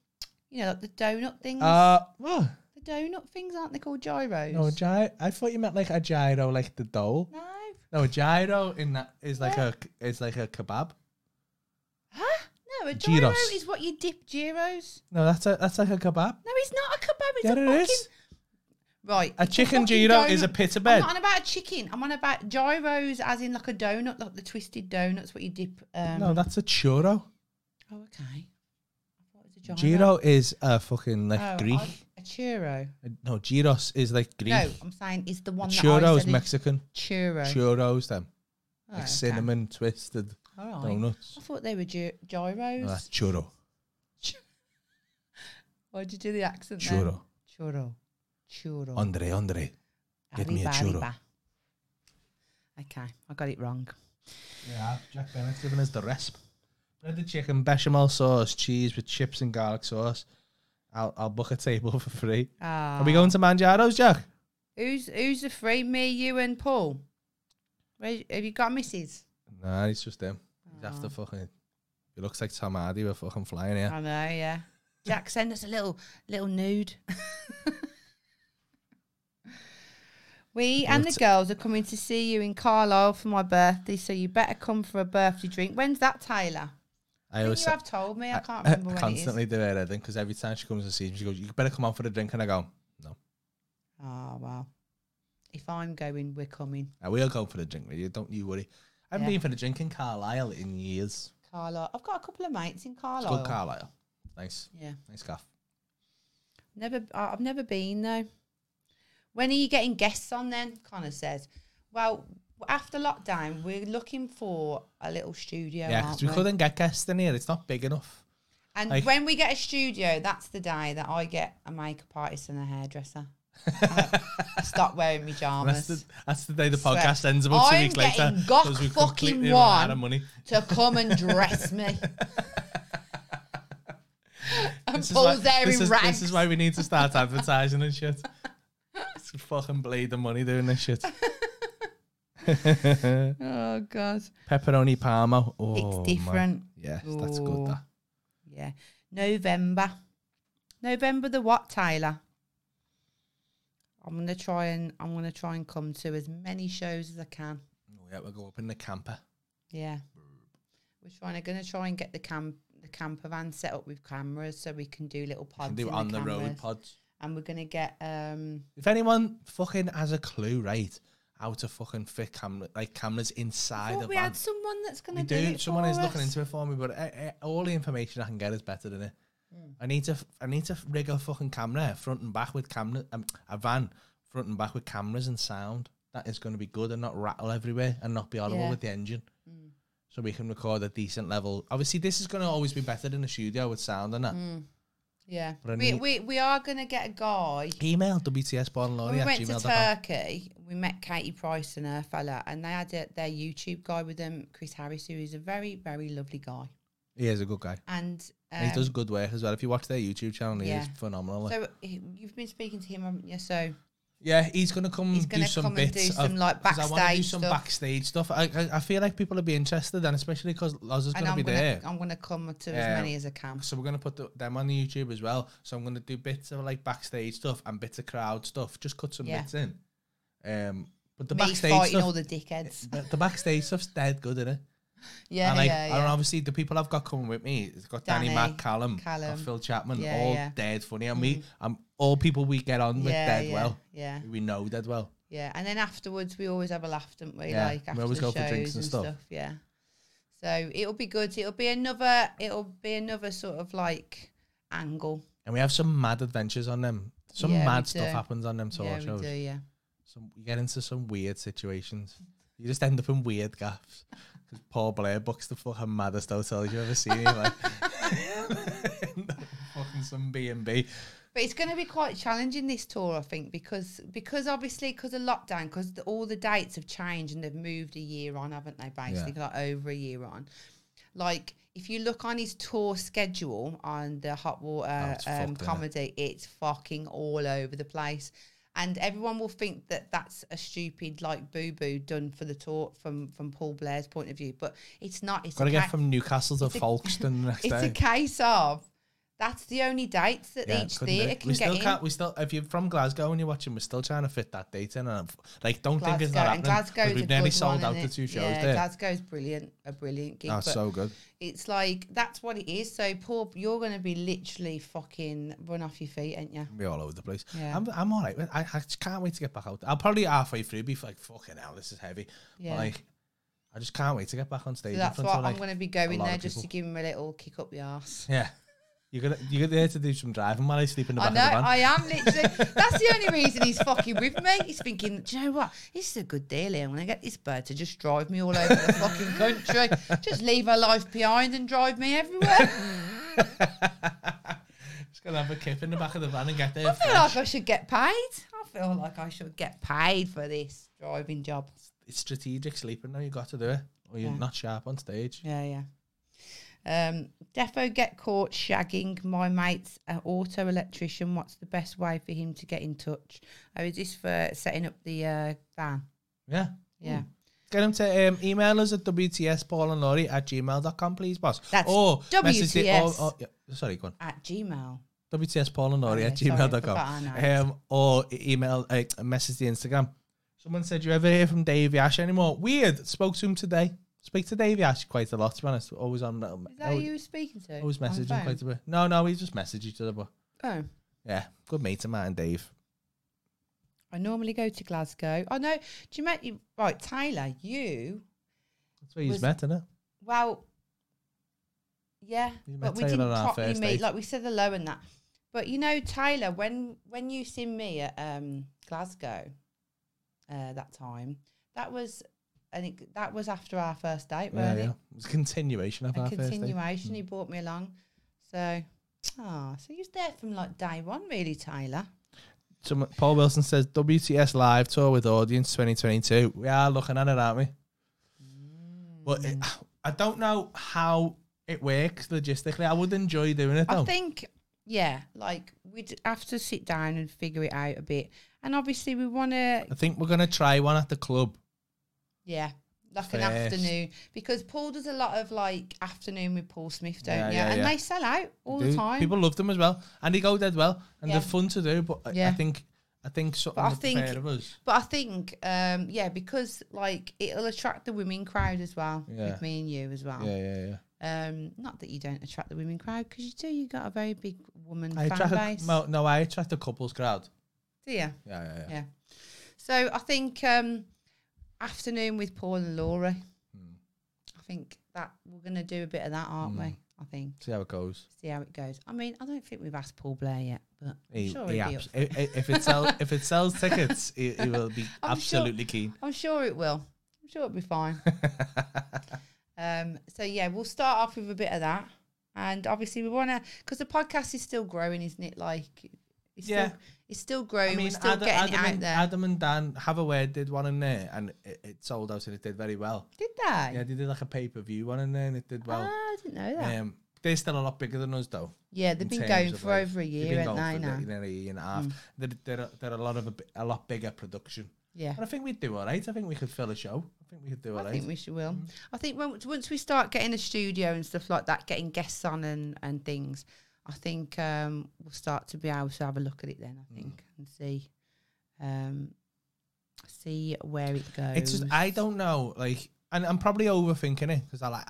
B: you know, like the donut things.
C: uh. Oh.
B: the donut things aren't they called gyros?
C: No, gy- I thought you meant like a gyro, like the dough.
B: No.
C: No, a gyro in that is like
B: Yeah.
C: a is like a kebab.
B: Huh? No, a gyro
C: Gyros.
B: is what you dip gyros.
C: No, that's a that's like a kebab.
B: No, it's not a kebab. It's
C: Yeah,
B: a
C: it
B: fucking
C: is.
B: right.
C: A
B: it's
C: chicken
B: fucking
C: gyro is a
B: donut.
C: pita
B: I'm
C: bed.
B: not on about a chicken. I'm on about gyros, as in like a donut, like the twisted donuts, what you dip. Um,
C: No, that's a churro.
B: Oh, okay. I thought it was a
C: Gyro is a fucking like
B: Oh,
C: Greek. Uh,
B: I- a churro.
C: No, gyros is like Greek.
B: No, I'm saying is the one that I
C: Churros
B: said is
C: Mexican.
B: Churro.
C: Churros them.
B: Oh,
C: Like
B: okay.
C: cinnamon twisted
B: All right.
C: donuts.
B: I thought they were gy-
C: No, that's
B: gyros.
C: churro.
B: Why'd you do the accent then?
C: Churro.
B: Churro. Churro.
C: Andre, Andre. get Oh, me a
B: Arriba,
C: churro.
B: arriba. Okay, I got it wrong.
C: Yeah, Jack Bennett's giving us the recipe. Breaded chicken, bechamel sauce, cheese with chips and garlic sauce. I'll I'll book a table for free.
B: Ah,
C: Are we going to Manjaro's, Jack?
B: Who's who's the three? Me, you, and Paul. Where, have you got misses?
C: Nah, he's just him.
B: Ah.
C: He's after fucking. He looks like Tom Hardy. We're fucking flying here.
B: I know, yeah. Jack, send us a little little nude. we and the girls are coming to see you in Carlisle for my birthday, so you better come for a birthday drink. When's that, Taylor?
C: I
B: I think
C: always
B: you have told me. I can't remember when
C: constantly do her heading because every time she comes and sees me, she goes, "You better come on for the drink," and I go, "No,
B: it is. Oh well. If I'm going, we're coming.
C: I will go for the drink with you. Don't you worry." I haven't
B: Yeah.
C: been for the drink in Carlisle in years.
B: Carlisle. I've got a couple of mates in
C: It's
B: Carlisle.
C: called Carlisle. Nice,
B: Yeah.
C: nice gaff.
B: Never, I- I've never been though. When are you getting guests on then? Connor says. Well, after lockdown, we're looking for a little studio.
C: Yeah,
B: aren't
C: because
B: we?
C: we couldn't get guests in here. It's not big enough.
B: and
C: like-
B: when we get a studio, that's the day that I get a makeup artist and a hairdresser. I stop wearing my
C: That's
B: pajamas
C: the, that's the day the
B: Swear.
C: podcast ends about 2
B: I'm
C: weeks later
B: getting got
C: we
B: fucking
C: completely run out
B: one.
C: of money.
B: to come and dress me. and
C: This is, why,
B: Paul's there
C: this,
B: in
C: is,
B: rags.
C: this is why we need to start advertising and shit. It's fucking bleed the money doing this shit.
B: oh god,
C: Pepperoni Parma. Oh, man.
B: it's different.
C: Yes, that's good.
B: Ooh.
C: That.
B: Yeah. November. November the what, Taylor? I'm gonna try and I'm gonna try and come to as many shows as I can.
C: Oh, yeah, we'll go up in the camper.
B: Yeah. We're trying to gonna try and get the camp the camper van set up with cameras so we can do little pods.
C: Can do
B: in
C: it on the,
B: cameras.
C: road pods.
B: And we're gonna get um
C: If anyone fucking has a clue, right, how to fucking fit camera like cameras
B: I
C: inside
B: thought
C: the
B: we
C: van.
B: had someone that's gonna
C: We
B: do,
C: do.
B: it
C: Someone
B: for
C: is looking
B: us.
C: into it for me, but uh, uh, all the information I can get is better than it.
B: Hmm.
C: I need to. f- I need to rig a fucking camera front and back with camera. Um, a van front and back with cameras and sound. That is going to be good and not rattle everywhere and not be audible
B: Yeah. Hmm.
C: with the engine. So we can record at decent level. Obviously, this is going to always be better than a studio with sound and that.
B: Hmm. Yeah.
C: But I
B: we,
C: need-
B: we we are gonna get a guy
C: Email wtsbornlorry
B: When we
C: at
B: went to
C: gmail.com.
B: Turkey, we met Katie Price and her fella, and they had a, their YouTube guy with them, Chris Harris, who is a very, very lovely guy.
C: He is a good guy.
B: And
C: And he
B: um,
C: does good work as well. If you watch their YouTube channel, he
B: Yeah.
C: is phenomenal. like.
B: so he- you've been speaking to him, haven't you? So
C: Yeah, he's gonna come
B: He's gonna
C: do some
B: come and
C: bits
B: do some,
C: of,
B: like,
C: 'cause I wanna do
B: backstage
C: some
B: stuff.
C: backstage stuff. I, I I feel like people will be interested, and especially because Loz is
B: and
C: gonna
B: I'm
C: be
B: gonna
C: there.
B: I'm gonna come to
C: Yeah.
B: as many as I can.
C: so we're gonna put the, them on the YouTube as well. So I'm gonna do bits of like backstage stuff and bits of crowd stuff. Just cut some
B: Yeah.
C: bits in. Um, but the
B: Me
C: backstage
B: fighting
C: stuff,
B: all the dickheads.
C: the, the backstage stuff's dead good, isn't it?
B: Yeah,
C: and like,
B: yeah,
C: and
B: yeah.
C: obviously the people I've got coming with me, it's got Danny,
B: Danny,
C: Matt, Callum,
B: Callum.
C: got Phil Chapman,
B: Yeah,
C: all
B: yeah. Mm.
C: dead funny, and we, um, all people we get on with
B: yeah,
C: dead
B: yeah,
C: well.
B: Yeah,
C: We know dead well.
B: yeah. And then afterwards, we always have a laugh, don't we?
C: Yeah,
B: Like
C: we
B: after
C: always
B: the
C: go
B: shows
C: for drinks and stuff.
B: Yeah. So it'll be good. It'll be another. It'll be another sort of like angle.
C: and we have some mad adventures on them. Some
B: Yeah, we
C: mad stuff
B: do.
C: happens on them solo
B: yeah,
C: shows.
B: we do. Yeah.
C: Some, you get into some weird situations. You just end up in weird gaffs. Because Paul Blair books the fucking maddest hotels you've ever seen. You're like, fucking some B and B.
B: But it's going to be quite challenging this tour, I think, because because obviously because of lockdown, because all the dates have changed and they've moved a year on, haven't they? Basically, like over a year on. Like if you look on his tour schedule on the Hot Water
C: Oh, it's
B: um,
C: fucked, innit?
B: comedy, it's fucking all over the place, and everyone will think that that's a stupid like boo boo done for the tour from from Paul Blair's point of view, but it's not. It's
C: Got to
B: a
C: get
B: ca-
C: from Newcastle to
B: a-
C: Folkestone the next
B: it's
C: day.
B: a case of that's the only dates that
C: Yeah,
B: each
C: couldn't do
B: theatre
C: it.
B: can
C: we
B: get
C: still
B: in.
C: can't. We still, if you're from Glasgow and you're watching, we're still trying to fit that date in. And I'm, like, don't think it's not
B: Glasgow, and
C: happening.
B: Glasgow's
C: 'cause
B: a
C: we've
B: good
C: nearly
B: one,
C: sold out
B: innit?
C: the two shows
B: yeah,
C: there.
B: Glasgow's brilliant, a brilliant gig.
C: That's
B: but
C: so good.
B: it's like that's what it is. So Paul, you're going to be literally fucking run off your feet, ain't you?
C: We're all over the place.
B: Yeah.
C: I'm, I'm all right. with- I, I just can't wait to get back out. I'll probably halfway through be like, fucking hell, this is heavy.
B: Yeah.
C: Like, I just can't wait to get back on stage.
B: So
C: in
B: that's
C: front
B: why
C: of, like,
B: I'm going to be
C: a
B: going
C: lot
B: there
C: of
B: just to
C: people.
B: give him a little kick up the arse.
C: Yeah. You're gonna you're there to do some driving while I sleep in the
B: I
C: back
B: know,
C: of the van.
B: I am literally. That's the only reason he's fucking with me. He's thinking, do you know what? This is a good deal here. I'm going to get this bird to just drive me all over the fucking country. Just leave her life behind and drive me everywhere.
C: just gonna have a kip in the back of the van and get there.
B: I feel
C: fresh.
B: like I should get paid. I feel like I should get paid for this driving job.
C: it's strategic sleeping now. You got to do it, or you're
B: Yeah.
C: not sharp on stage.
B: Yeah, yeah. Um, Defo get caught shagging my mate's uh, auto electrician. What's the best way for him to get in touch? Oh, is this for setting up the uh, van?
C: Yeah. Hmm.
B: Yeah.
C: Get them to um, email us at wtspaulandlaurie at gmail.com, please, boss.
B: That's
C: or message the-
B: WTS.
C: or- or- yeah, sorry, go on.
B: At Gmail.
C: wtspaulandlaurie at
B: Okay, sorry, I forgot our
C: gmail.com.
B: names.
C: Um, or email, uh, message the Instagram. Someone said, you ever hear from Davey Ash anymore? Weird. Spoke to him today. Speak to Davey Ash quite a lot, to be honest. Always on. um,
B: Is that who you were speaking to?
C: always
B: on the
C: messaging quite a bit. No, no, we just message each other, but
B: phone? Oh.
C: yeah, good mate of mine, Dave.
B: I normally go to Glasgow. I know. Do you met you right, Taylor? You
C: That's where he's
B: Was-
C: met, isn't it?
B: well, yeah,
C: You met
B: but we
C: Taylor
B: didn't
C: on our
B: properly
C: first date.
B: meet. Like we said, the low and that. But you know, Taylor, when when you see me at um, Glasgow uh, that time, that was and it, that was after our first date,
C: Yeah,
B: weren't
C: yeah.
B: it?
C: It's a continuation of
B: A
C: our first date. Mm.
B: continuation. He brought me along, so ah, so you was there from like day one, really, Taylor.
C: Someone- Paul Wilson says WTS live tour with audience 2022. We are looking at it, aren't we?
B: Mm.
C: But it, I don't know how it works logistically. I would enjoy doing it
B: I
C: though.
B: think, yeah, like we'd have to sit down and figure it out a bit. And obviously, we want to,
C: I think we're gonna try one at the club.
B: yeah, like an
C: First.
B: afternoon because Paul does a lot of like afternoon with Paul Smith, don't
C: Yeah,
B: you?
C: yeah,
B: and
C: yeah.
B: they sell out all the
C: Dude,
B: time.
C: People love them as well, and they go dead well, and
B: Yeah.
C: they're fun to do. But I, I
B: Yeah.
C: think I think something
B: I
C: with the
B: think-
C: pair of us.
B: but I think, um, yeah, because like it'll attract the women crowd as well
C: Yeah.
B: with me and you as well.
C: Yeah, yeah, yeah.
B: Um, not that you don't attract the women crowd because you do. You got a very big woman
C: I
B: fan
C: attract
B: base,
C: a, no, no, I attract a couples crowd.
B: do you?
C: Yeah, yeah, yeah.
B: Yeah. So I think um, afternoon with Paul and Laura.
C: Hmm.
B: I think that we're going to do a bit of that, aren't we? I think
C: See how it goes.
B: see how it goes. I mean, I don't think we've asked Paul Blair yet, but I'm
C: He,
B: sure
C: he
B: he'll be up.
C: abs- i- i- if it sells if it sells tickets, he, he will be
B: I'm sure-
C: absolutely keen.
B: I'm sure it will. I'm sure it'll be fine. um, so yeah, we'll start off with a bit of that, and obviously we want to because the podcast is still growing, isn't it? Like, it's
C: Yeah.
B: still, it's still growing.
C: I mean,
B: we're still
C: Adam,
B: getting it
C: Adam
B: out
C: and,
B: there.
C: Adam and Dan have a word did one in there, and it, it sold out and it did very well.
B: Did they?
C: Yeah, they did like a pay per view one in there, and it did well.
B: Ah, I didn't know that.
C: um, they're still a lot bigger than us though.
B: yeah, they've
C: in
B: been
C: terms
B: going
C: of,
B: for
C: like-
B: over a
C: they've
B: year,
C: been
B: haven't they?
C: going for a
B: Now, Hmm.
C: bit- nearly a year and a half. They're, they're, a, they're a lot of a, bi- a lot bigger production,
B: yeah.
C: and I think we'd do all right. I think we could fill a show. I think we could do all
B: I
C: right.
B: think we should
C: Mm-hmm.
B: will. I think when, once we start getting a studio and stuff like that, getting guests on and, and things, I think um, we'll start to be able to have a look at it then. I think
C: Mm.
B: and see, um, see where it goes.
C: It's just I don't know, like, and I'm probably overthinking it because I like,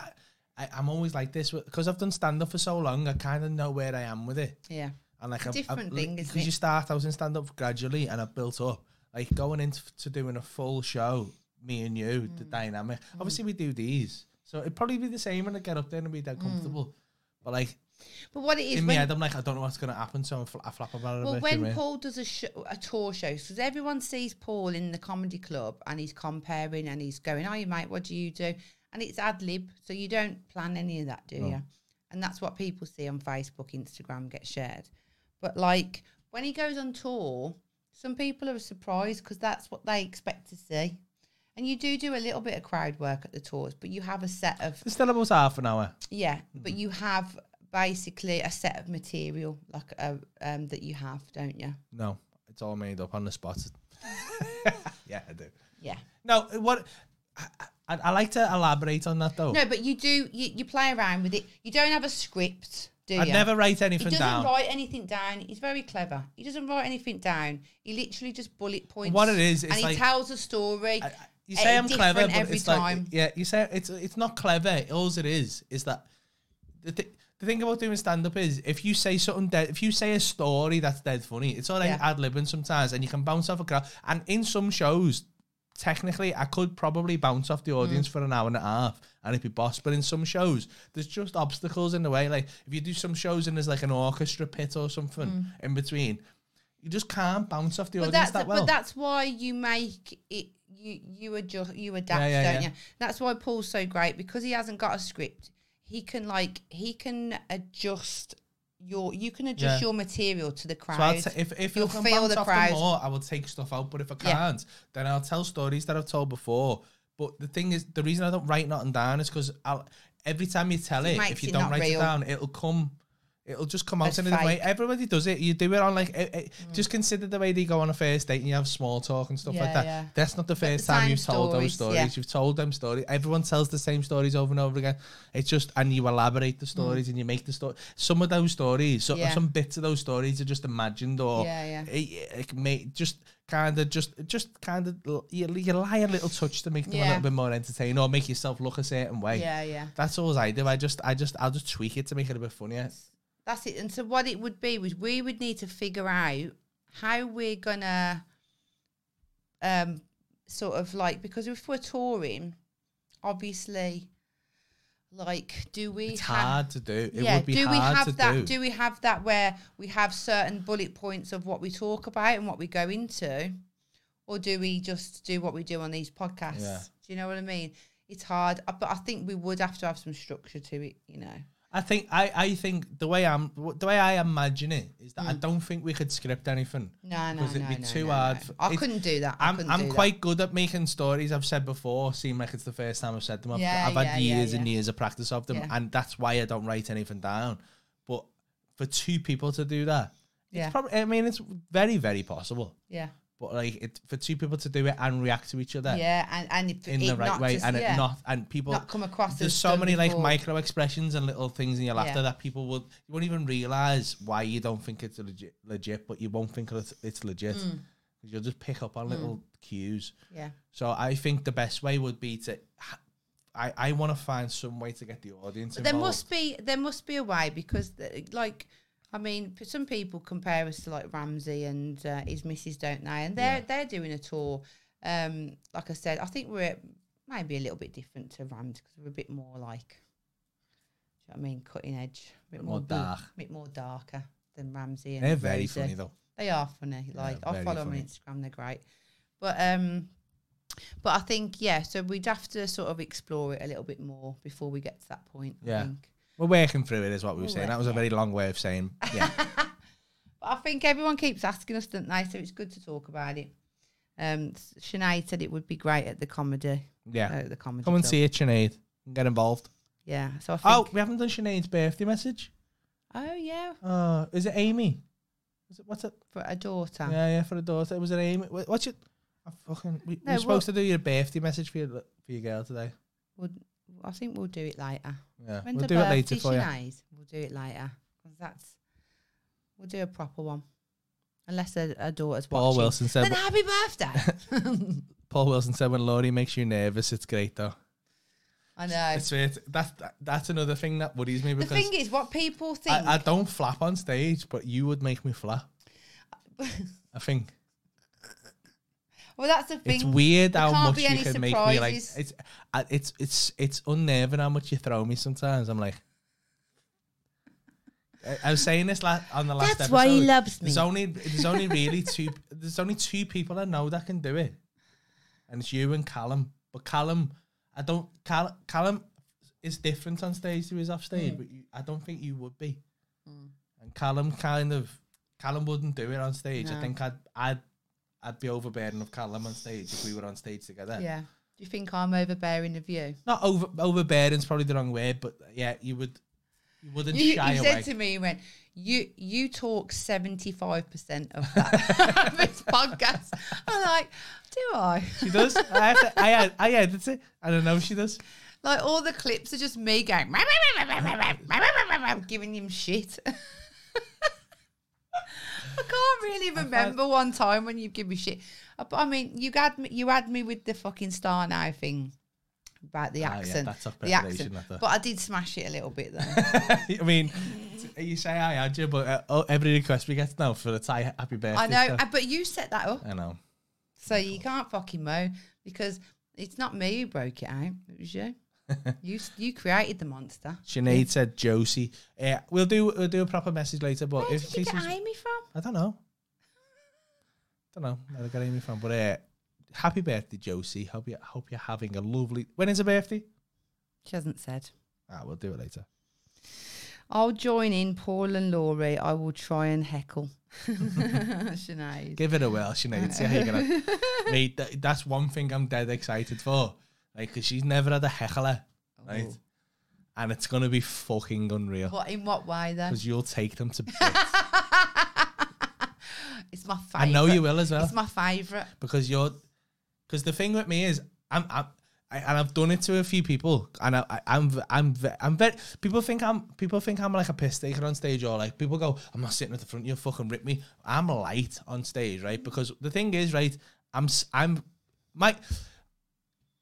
C: I, I'm always like this because I've done stand up for so long. I kind of know where I am with it,
B: yeah,
C: and like
B: a different thing, isn't
C: Because
B: it?
C: you start out in stand up gradually, and I've built up. Like going into to doing a full show, me and you,
B: Mm.
C: the dynamic. Obviously, we do these, so it'd probably be the same when I get up there and be that comfortable. But like
B: but what it Mm. is
C: in my
B: when-
C: head, I'm like, I don't know what's gonna happen, so I'm fl- I flap about it. a
B: Well,
C: bit, do you
B: when
C: know what I mean?
B: Paul does a, sh- a tour show, because everyone sees Paul in the comedy club and he's comparing and he's going, "Oh, you mate, what do you do?" And it's ad lib, so you don't plan any of that, do you? And that's what people see on Facebook, Instagram, get shared. But like when he goes on tour, some people are surprised because that's what they expect to see. And you do do a little bit of crowd work at the tours, but you have a set of
C: it's still about half an hour.
B: yeah, but you have basically a set of material like a, um, that you have, don't you?
C: No, it's all made up on the spot. yeah, I do.
B: Yeah.
C: No, what I, I, I like to elaborate on that though.
B: No, but you do. You, you play around with it. You don't have a script, do
C: I'd
B: you?
C: never write
B: He
C: anything
B: doesn't
C: down.
B: write anything down. He's very clever. He doesn't write anything down. He literally just bullet points.
C: What it is, it's
B: and
C: like-
B: he tells a story.
C: I- I- you
B: uh,
C: say I'm
B: different
C: clever, but
B: every
C: it's like
B: time.
C: yeah, you say it's it's not clever. All it is is that the th- the thing about doing stand up is if you say something dead, if you say a story that's dead funny, it's all right
B: Yeah.
C: ad libbing sometimes, and you can bounce off a crowd. And in some shows, technically, I could probably bounce off
B: Mm.
C: the audience for an hour and a half and it'd be boss. But in some shows, there's just obstacles in the way. Like if you do some shows and there's like an orchestra pit or something in between, you just can't bounce off the
B: Mm. but that's
C: audience that well.
B: but that's why you make it. You you adjust. You adapt,
C: yeah,
B: don't
C: yeah.
B: you? That's why Paul's so great because he hasn't got a script. He can like he can adjust your. You can adjust
C: Yeah.
B: your material to the
C: So I'll
B: crowd.
C: ta- if if
B: You'll
C: I can
B: feel
C: bounce
B: the
C: off
B: crowd.
C: them more, I will take stuff out. But if I
B: Yeah.
C: can't, then I'll tell stories that I've told before. But the thing is, the reason I don't write nothing down is because every time you tell it,
B: makes
C: if you
B: it
C: don't
B: not
C: write
B: real.
C: it down, it'll come. It'll just come out
B: As
C: in a different way.
B: fake. Mm.
C: Everybody does it. You do it on like, eh, eh, just consider the way they go on a first date and you have small talk and stuff
B: Yeah,
C: like that.
B: yeah.
C: That's not the first
B: the
C: time
B: same
C: you've told those
B: stories,
C: stories.
B: yeah.
C: You've told them stories. Everyone tells the same stories over and over again. It's just, and you elaborate the stories and you make the story. Some of those stories, so,
B: Mm. Yeah.
C: some bits of those stories are just imagined or
B: Yeah, yeah.
C: it, it may just kind of just just kind of you, you lie a little touch to make them a
B: Yeah.
C: little bit more entertaining or make yourself look a certain way.
B: Yeah, yeah.
C: That's all I do. I just I just I'll just tweak it to make it a bit funnier.
B: That's it. And so what it would be was we would need to figure out how we're gonna um sort of like because if we're touring, obviously like do we
C: It's
B: ha-
C: hard to do. It
B: yeah,
C: would be
B: do
C: hard
B: we have
C: to
B: that
C: do.
B: we have that where we have certain bullet points of what we talk about and what we go into? Or do we just do what we do on these podcasts?
C: Yeah.
B: Do you know what I mean? It's hard, uh, but I think we would have to have some structure to it, you know.
C: I think I I think the way I'm the way I imagine it is
B: Mm.
C: that I don't think we could script anything.
B: No, no,
C: Because it'd
B: no,
C: be
B: no,
C: too
B: no,
C: hard
B: no.
C: for-
B: I
C: it-
B: couldn't do that. I
C: I'm
B: couldn't do
C: I'm
B: that.
C: quite good at making stories I've said before seem like it's the first time I've said them. I've,
B: Yeah,
C: I've had
B: yeah, yeah,
C: years and
B: yeah.
C: years of practice of them,
B: Yeah.
C: and that's why I don't write anything down. But for two people to do that,
B: Yeah.
C: it's probably I mean it's very very possible.
B: Yeah,
C: But like it, for two people to do it and react to each other
B: yeah, and and if
C: in
B: it
C: the right
B: not
C: way
B: just,
C: and
B: yeah,
C: it not and people
B: not come across.
C: there's
B: as
C: so
B: done
C: many like
B: before.
C: micro expressions and little things in your laughter
B: Yeah.
C: that people will you won't even realize why you don't think it's legit, legit but you won't think it's, it's legit.
B: Mm.
C: 'Cause You'll just pick up on little cues.
B: Yeah,
C: So I think the best way would be to. ha- I, I want to find some way to get the audience
B: but
C: involved.
B: there must be there must be a way because the, like. I mean, p- some people compare us to like Ramsey and uh, his missus, don't they? And they're they're doing a tour. Um, like I said, I think we're maybe a little bit different to Ramsey because we're a bit more like, do you know what I mean, cutting edge, a bit,
C: Bit more
B: bl-
C: dark.
B: bit more darker than Ramsey. And
C: They're very
B: Rosie.
C: funny though.
B: They are funny. Like I
C: very
B: follow them
C: funny.
B: on Instagram. They're great. But um, but I think yeah. So we'd have to sort of explore it a little bit more before we get to that point. I
C: Yeah.
B: think.
C: We're working through it, is what we were
B: We're
C: saying. That was a very long way of saying. Yeah,
B: But I think everyone keeps asking us, don't they? So it's good to talk about it. Um, S- Sinead said it would be great at the comedy.
C: yeah.
B: at the comedy.
C: Come and
B: club.
C: see it, Sinead. and Get involved.
B: Yeah. So I
C: Oh,
B: think.
C: we haven't done Sinead's birthday message.
B: Oh yeah,
C: Uh, is it Amy? Is it what's it?
B: for a daughter.
C: Yeah, yeah, for the daughter. Was it Amy? Wha- What's your? I fucking. We,
B: No,
C: we were supposed to do your birthday message for your for your girl today.
B: We'll, I think we'll do it later.
C: Yeah,
B: When
C: we'll
B: the
C: do it later
B: birthday
C: for you.
B: Sinead's, We'll do it later 'cause that's we'll do a proper one, unless a, a daughter's
C: Paul
B: watching.
C: Wilson said.
B: Then happy birthday!
C: Paul Wilson said when Laurie makes you nervous, it's great though.
B: I know.
C: It's weird. That's that, that's another thing that worries me
B: The
C: because
B: thing is, what people think.
C: I, I don't flap on stage, but you would make me flap. I think
B: well, that's the thing.
C: it's weird
B: There
C: how
B: can't
C: much
B: be
C: you
B: any
C: can make me like.
B: surprises.
C: It's I- it's it's it's unnerving how much you throw me sometimes. I'm like. I- I was saying this la- on the last
B: That's
C: episode.
B: why he loves me.
C: There's only there's only really two there's only two people I know that can do it, and it's you and Callum. But Callum, I don't Cal, Callum is different on stage to his off
B: Mm.
C: stage, but you, I don't think you would be. And Callum kind of Callum wouldn't do it on stage. I
B: No.
C: think I'd I'd I'd be overbearing of Callum on stage if we were on stage together.
B: yeah. Do you think I'm overbearing of you?
C: Not over overbearing's probably the wrong word, but yeah, you would you wouldn't
B: You,
C: shy
B: he
C: away.
B: said to me, he went, "You you talk seventy five percent of that of this podcast." I'm like, "Do I?"
C: she does. I have to, I I edit it. I don't know if she does.
B: Like all the clips are just me going giving him shit. I can't really remember one time when you've given me shit. Uh, But I mean, you had me, you had me with the fucking star now thing about the
C: Ah, yeah,
B: accent,
C: that's off
B: the accent.
C: preparation, I thought.
B: But I did smash it a little bit though.
C: I mean, you say hi, had you, but uh, oh, every request we get now for the Thai happy birthday.
B: I know,
C: stuff.
B: uh, but you set that up,
C: I know.
B: so you can't fucking moan because it's not me who broke it out. It was you. you s- you created the monster.
C: Sinead said Josie. Yeah, we'll do we'll do a proper message later. But
B: Where
C: if
B: did you get
C: Casey's-
B: Amy from?
C: I don't know, don't know where I got Amy from. But uh, happy birthday, Josie. Hope you hope you're having a lovely. When is her birthday?
B: She hasn't said.
C: Ah, we'll do it later.
B: I'll join in, Paul and Laurie. I will try and heckle. Sinead.
C: Give it a whirl, Sinead. See how you're gonna. Mate, that, that's one thing I'm dead excited for. Like, because she's never had a heckler, right?
E: Oh.
C: And it's going to be fucking unreal.
B: But in what way though?
C: Because you'll take them to bits.
B: It's my favorite.
C: I know you will as well.
B: It's my favorite.
C: because you're because the thing with me is I'm I'm I, and I've done it to a few people, and I, I, I'm v- I'm v- I'm very people think I'm people think I'm like a piss taker on stage, or like people go, I'm not sitting at the front, you fucking rip me. I'm light on stage, right? Because the thing is, right, I'm s- I'm my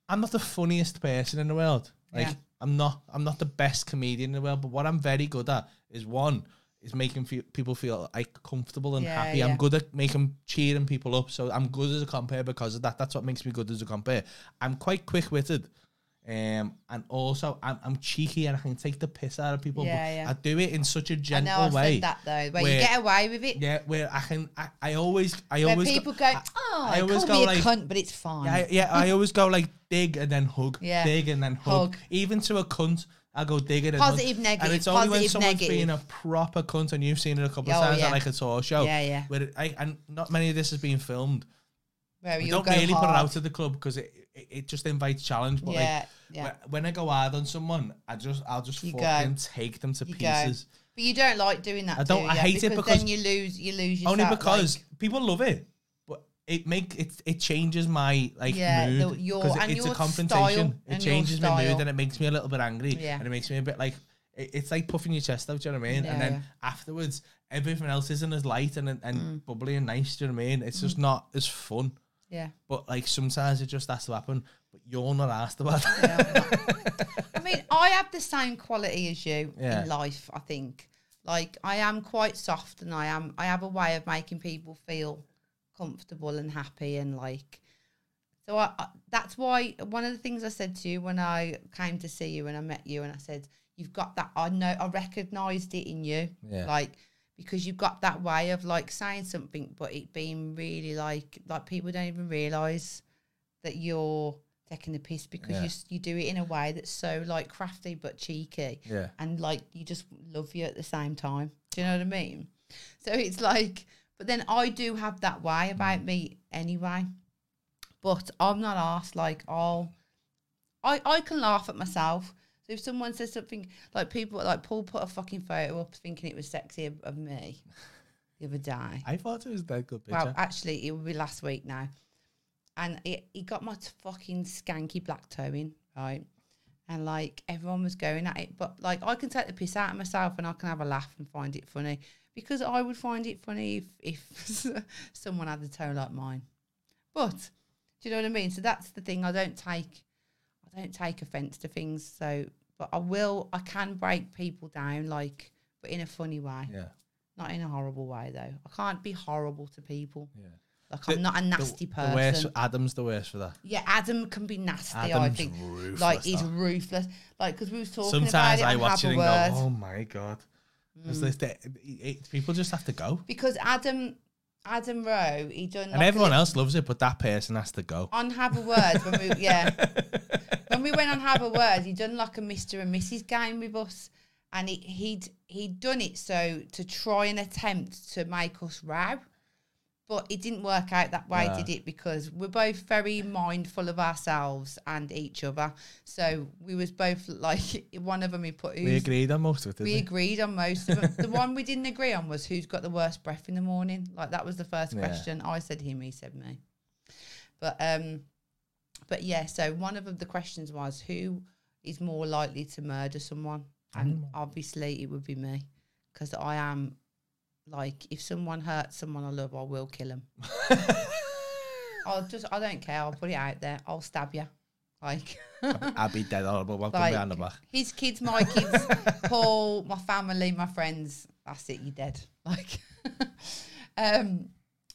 C: I'm not the funniest person in the world. Like
B: Yeah.
C: I'm not I'm not the best comedian in the world, but what I'm very good at is one is making fe- people feel like comfortable and
B: Yeah,
C: happy.
B: yeah.
C: I'm good at making cheering people up, so I'm good as a compare because of that. That's what makes me good as a compare. I'm quite quick witted. Um, and also I'm, I'm cheeky and I can take the piss out of people,
B: Yeah,
C: but
B: yeah.
C: I do it in such a
B: I
C: gentle
B: know I've
C: way.
B: said that though, where,
C: where-
B: you get away with it.
C: Yeah, where I can I, I always I
B: where
C: always
B: people go,
C: I-
B: oh,
C: I
B: I
C: always
B: call
C: go
B: me a
C: like-
B: cunt, but it's fine.
C: I, yeah, I always go like dig and then hug,
B: Yeah.
C: dig and then hug.
B: Hug.
C: Even to a cunt, I go dig it and
B: Positive,
C: hug.
B: negative,
C: And it's only when
B: positive,
C: someone's
B: negative.
C: being a proper cunt, and you've seen it a couple of
B: Oh,
C: times
B: yeah.
C: at like a tour show.
B: Yeah, yeah.
C: Where it, I, and not many of this has been filmed.
B: where
C: We
B: you'll
C: don't
B: Oh, go
C: really put it
B: hard.
C: out to the club because it, it it just invites challenge. But
B: Yeah,
C: like
B: yeah.
C: whe- when I go hard on someone, I just I'll just
B: You go.
C: fucking take them to
B: You go.
C: pieces.
B: But you don't like doing that.
C: I don't-
B: do
C: I
B: you?
C: hate it because-
B: then you lose. You lose yourself.
C: Only because
B: like-
C: people love it, but it make it it changes my like
B: Yeah, the-
C: mood
B: your-
C: 'cause
B: and
C: it's
B: your style
C: a confrontation. It
B: and your
C: changes my mood
B: style.
C: and it makes me a little bit angry.
B: Yeah.
C: and it makes me a bit like it, it's like puffing your chest out. Do you know what I mean? and then
B: Yeah.
C: afterwards, everything else isn't as light and and
B: Mm.
C: bubbly and nice. Do you know what I mean? It's just not as fun.
B: yeah.
C: But like sometimes it just has to happen. But you're not asked about that.
B: I mean, I have the same quality as you
C: Yeah.
B: in life. I think, like, I am quite soft, and I am. I have a way of making people feel comfortable and happy, and like. So I, I, that's why one of the things I said to you when I came to see you and I met you, and I said, "You've got that. I know. I recognised it in you.
C: Yeah.
B: Like." Because you've got that way of like saying something, but it being really like like people don't even realize that you're taking the piss because
C: Yeah.
B: you s- you do it in a way that's so like crafty but cheeky
C: Yeah.
B: and like you just love you at the same time do you know what i mean so it's like but then i do have that way about me anyway but i'm not asked like i'll i i can laugh at myself so if someone says something like people like paul put a fucking photo up thinking it was sexy of, of me the other day
C: I thought it was that good picture.
B: well, actually, it would be last week now. And it, he got my t- fucking skanky black toe in, right? And like everyone was going at it. But like I can take the piss out of myself and I can have a laugh and find it funny. Because I would find it funny if, if someone had a toe like mine. But do you know what I mean? So that's the thing. I don't take I don't take offence to things. So but I will I can break people down like but in a funny way.
C: yeah.
B: Not in a horrible way though. I can't be horrible to people.
C: Yeah.
B: Like
C: The-
B: I'm not a
C: The-
B: nasty
C: The worst,
B: person.
C: Adam's the worst for that.
B: Yeah, Adam can be nasty. I
C: Adam's
B: think
C: ruthless,
B: like he's
C: though.
B: ruthless. Like because we was talking about
C: Sometimes
B: it
C: I
B: on
C: watch it
B: Have
C: and
B: a Word. Mm.
C: go, "Oh my god!" 'Cause there's the- it- it- people just have to go,
B: because Adam Adam Rowe he done
C: and
B: like,
C: everyone
B: a-
C: else loves it, but that person has to go.
B: on Have a Word when we yeah when we went on Have a Word he done like a Mister and Mrs game with us and he, he'd he'd done it so to try and attempt to make us row. But it didn't work out that way,
C: No.
B: did it? Because we're both very mindful of ourselves and each other. So we was both like one of them he put
C: We
B: who's
C: agreed on most of it. Didn't
B: We agreed on most of them. the one we didn't agree on was who's got the worst breath in the morning. Like that was the first
C: Yeah.
B: question. I said him, he said me. But um, but yeah. So one of the questions was who is more likely to murder someone, and obviously it would be me because I am like if someone hurts someone I love, I will kill them. I'll just I don't care. I'll put it out there. I'll stab you. Like.
C: we? I'd be dead horrible. One
B: Like-
C: behind the back.
B: His kids, my kids, Paul, my family, my friends. That's it. You're dead. Like, um.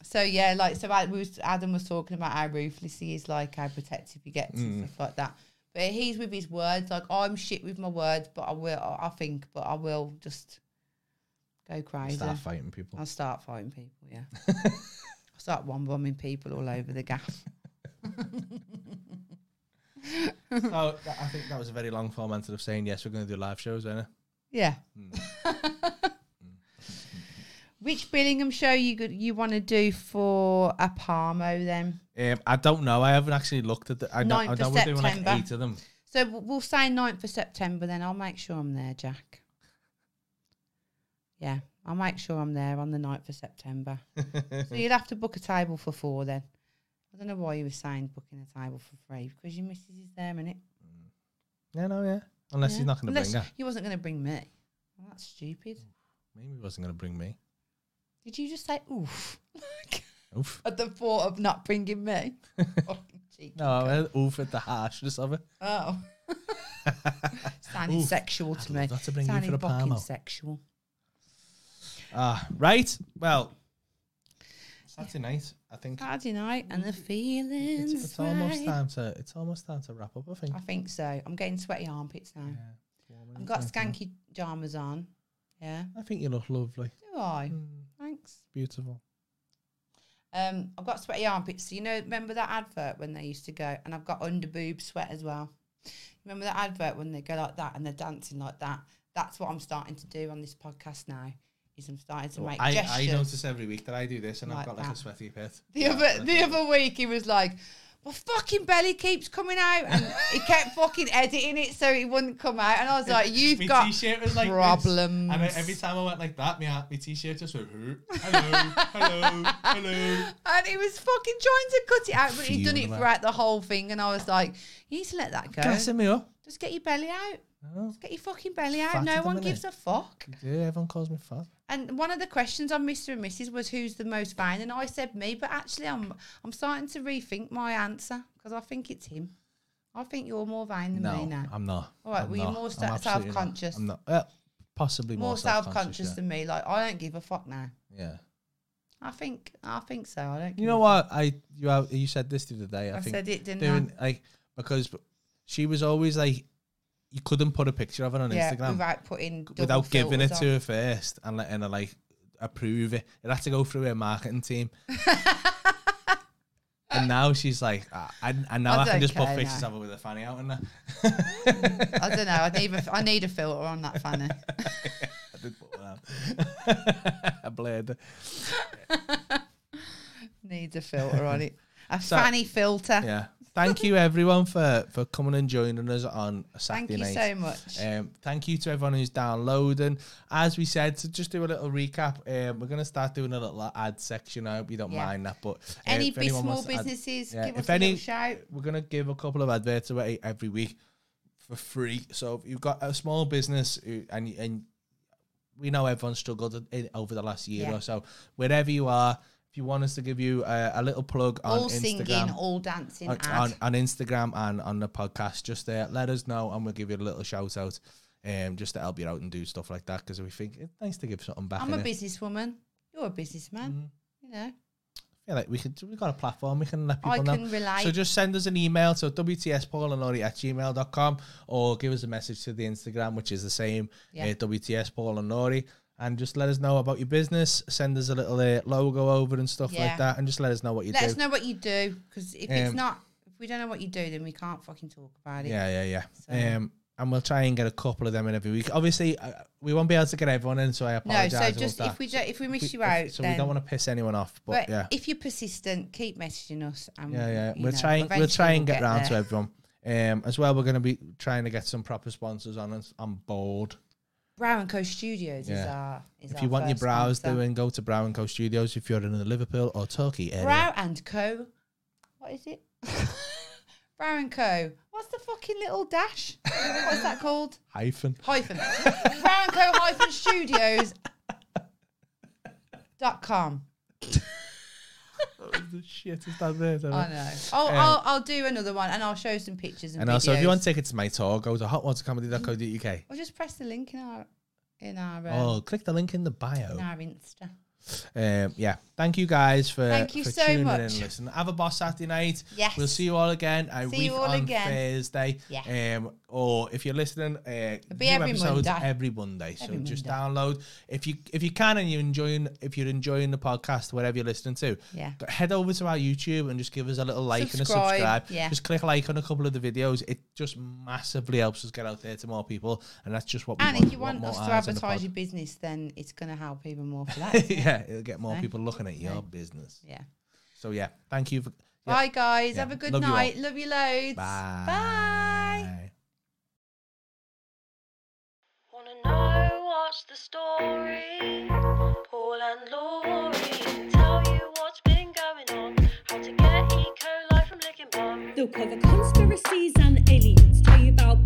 B: So yeah, like so. I, we was, Adam was talking about how ruthless he is, like how protective he gets and
C: Mm.
B: stuff like that. But he's with his words. Like I'm shit with my words, but I will. I I think, but I will just go crazy.
C: Start fighting people.
B: I'll start fighting people. Yeah, I'll start one bombing people all over the gaff.
C: so th- I think that was a very long form answer of Hmm. saying yes. We're going to do live shows, isn't it?
B: Yeah. Which Billingham show you could, you want to do for a Palmo then?
C: Um, I don't know. I haven't actually looked at the. I know, I
B: 9th
C: know
B: of
C: we're doing like
B: September.
C: eight of them.
B: So w- we'll say 9th of September then. I'll make sure I'm there, Jack. Yeah, I'll make sure I'm there on the 9th of September. so you'll have to book a table for four then. I don't know why you were saying booking a table for three because your missus is there, innit?
C: Yeah, no, yeah. Unless he's not going to
B: Unless
C: bring her.
B: You wasn't going to bring me. Well, that's stupid.
C: Maybe he wasn't going to bring me.
B: Did you just say oof
C: Oof.
B: at the thought of not bringing me? Fucking cheeky.
C: No, I had oof at the harshness of it.
B: Oh. Sounding
C: Oof.
B: sexual to
C: I'd
B: me.
C: love to bring you
B: Sounding
C: for a
B: fucking
C: Palmo.
B: sexual.
C: Ah, right. Well, Saturday night, I think.
B: Saturday night and the feelings.
C: It's, it's almost
B: right.
C: time to. It's almost time to wrap up. I think.
B: I think so. I'm getting sweaty armpits now. I've got skanky pajamas on. Yeah.
C: I think you look lovely.
B: Do I?
C: Mm,
B: Thanks.
C: beautiful.
B: Um, I've got sweaty armpits. So you know, remember that advert when they used to go, and I've got under boob sweat as well. Remember that advert when they go like that and they're dancing like that? That's what I'm starting to do on this podcast now. Is I'm starting to make
C: I, I
B: gestures.
C: notice every week that I do this, and I've
B: Like
C: got like a
B: that.
C: sweaty pit.
B: The other the other week he was like, My fucking belly keeps coming out and he kept fucking editing it so it wouldn't come out and I was like, You've
C: My
B: got
C: t-shirt was like this,
B: problems.
C: and I- every time I went like that, my, my t-shirt just went, "Hello, hello, hello."
B: and he was fucking trying to cut it out, but he'd done
C: Fuming
B: it
C: about it.
B: throughout the whole thing and I was like, You need to let that go.
C: Gassing me up.
B: Just get your belly out.
C: Oh,
B: Just get your fucking belly out.
C: Fat at
B: no
C: the
B: one
C: minute.
B: gives a fuck.
C: yeah, everyone calls me fat.
B: And one of the questions on Mr. and Mrs. was who's the most vain? And I said me, but actually I'm I'm starting to rethink my answer because I think it's him. I think you're more vain than me now.
C: I'm not.
B: All right,
C: I'm
B: well, you're
C: not.
B: more
C: I'm
B: se-
C: absolutely not.
B: self-conscious.
C: I'm not. Uh, possibly more,
B: more self conscious
C: yeah.
B: than me. Like I don't give a fuck now.
C: Yeah.
B: I think I think so. I don't.
C: You know what? I you have, you said this the other day. I,
B: I
C: think
B: said it, didn't
C: doing like because she was always like you couldn't put a picture of her on
B: I? Yeah,
C: Instagram
B: without putting double
C: without giving it
B: filters
C: to her first and letting her like approve it. It had to go through her marketing team. and now she's like, "Ah, I, I- and now
B: I
C: I, can
B: don't
C: just put
B: care
C: pictures
B: now.
C: of her with a fanny out and that.
B: on. I don't know. I need a, I need a filter on that fanny.
C: I did put one out. I blared her.
B: Needs a filter on it. A
C: So-
B: fanny filter.
C: Yeah. Thank you everyone for for coming and joining us on a
B: Thank
C: Saturday
B: you
C: night.
B: so much.
C: Um, thank you to everyone who's downloading. As we said, to just do a little recap, um, we're going to start doing a little ad section. I hope you don't
B: Yeah.
C: mind that. But uh,
B: any
C: if
B: big
C: anyone
B: small
C: wants to add-
B: businesses?
C: yeah,
B: give
C: if
B: us a
C: any-
B: little shout.
C: we're going to give a couple of adverts away every week for free. So if you've got a small business who- and you- and we know everyone struggled in, over the last year
B: Yeah.
C: or so, wherever you are, if you want us to give you a, a little plug on
B: All
C: Instagram,
B: singing, all dancing.
C: on,
B: ad.
C: on, on Instagram and on the podcast. Just there, let us know, and we'll give you a little shout out, um, just to help you out and do stuff like that because we think it's nice to give something back.
B: I'm a
C: innit?
B: businesswoman. You're a businessman.
C: Mm-hmm.
B: You know,
C: yeah, like we could, we've got a platform, we can let people
B: I
C: know.
B: can relate.
C: So just send us an email to wtspaulonori at gmail.com or give us a message to the Instagram, which is the same,
B: Yeah.
C: uh, wtspaulanori. And just let us know about your business. Send us a little uh, logo over and stuff
B: Yeah.
C: like that. And just let us know what you
B: let
C: do.
B: us know what you do because if it's
C: Um,
B: not, if we don't know what you do, then we can't fucking talk about it.
C: Yeah, yeah, yeah. Um, and we'll try and get a couple of them in every week. Obviously, uh, we won't be able to get everyone in, so I
B: No,
C: apologize.
B: so just if we do, if we miss you out,
C: so
B: then,
C: we don't want to piss anyone off. But,
B: But
C: yeah,
B: if you're persistent, keep messaging us. And
C: yeah, yeah.
B: you
C: We'll
B: know,
C: try and we'll
B: eventually
C: try and
B: we'll
C: get round to
B: there.
C: everyone. Um, as well, we're going to be trying to get some proper sponsors on us. I'm bored.
B: Brow and Co Studios is
C: Yeah.
B: our. Is
C: If
B: our
C: you want your
B: first
C: brows
B: sponsor.
C: doing, go to Brow and Co Studios. If you're in the Liverpool or Turkey area,
B: Brow and Co. What is it? Brow and Co. What's the fucking little dash? What's that called?
C: hyphen.
B: Hyphen. Brow and Co. Hyphen Studios. Dot com.
C: the shit is that there?
B: I know. I'll, I'll, I'll do another one and I'll show some pictures and,
C: Um, And also, if you
B: videos.
C: want tickets to my tour, go to hotwatercomedy.co.uk.
B: Or just press the link in our in our um,
C: Oh, click the link in the bio.
B: in our Insta.
C: Um, yeah. Thank you guys for
B: Thank you
C: for
B: so
C: tuning in
B: much.
C: and listening. Have a boss Saturday night.
B: Yes.
C: We'll see you all again a
B: See
C: week
B: you all
C: on
B: again.
C: Thursday.
B: Yeah.
C: Um, or if you're listening, uh,
B: be
C: new
B: every
C: episodes
B: Monday.
C: every Monday. So
B: Every
C: just
B: Monday.
C: download if you if you can and you're enjoying if you're enjoying the podcast wherever you're listening to.
B: Yeah.
C: go- Head over to our YouTube and just give us a little like and a
B: Subscribe,
C: subscribe.
B: yeah.
C: Just click like on a couple of the videos. It just massively helps us get out there to more people, and that's just what we
B: And
C: want.
B: if you
C: We
B: want
C: more
B: us to
C: eyes on the pod.
B: advertise your business, then it's going to help even more for that. isn't it?
C: yeah, yeah, it'll get more
B: No.
C: people looking at your
B: No.
C: business.
B: Yeah.
C: So yeah, thank you for. yeah,
B: Bye, guys.
C: Yeah.
B: Have a good
C: Love you all.
B: night. Love you loads. Bye.
C: Bye.
F: Wanna know what's the story? Paul and Laurie tell you what's been going on. How to get E. coli from licking bum. They'll cover conspiracies and aliens. Tell you about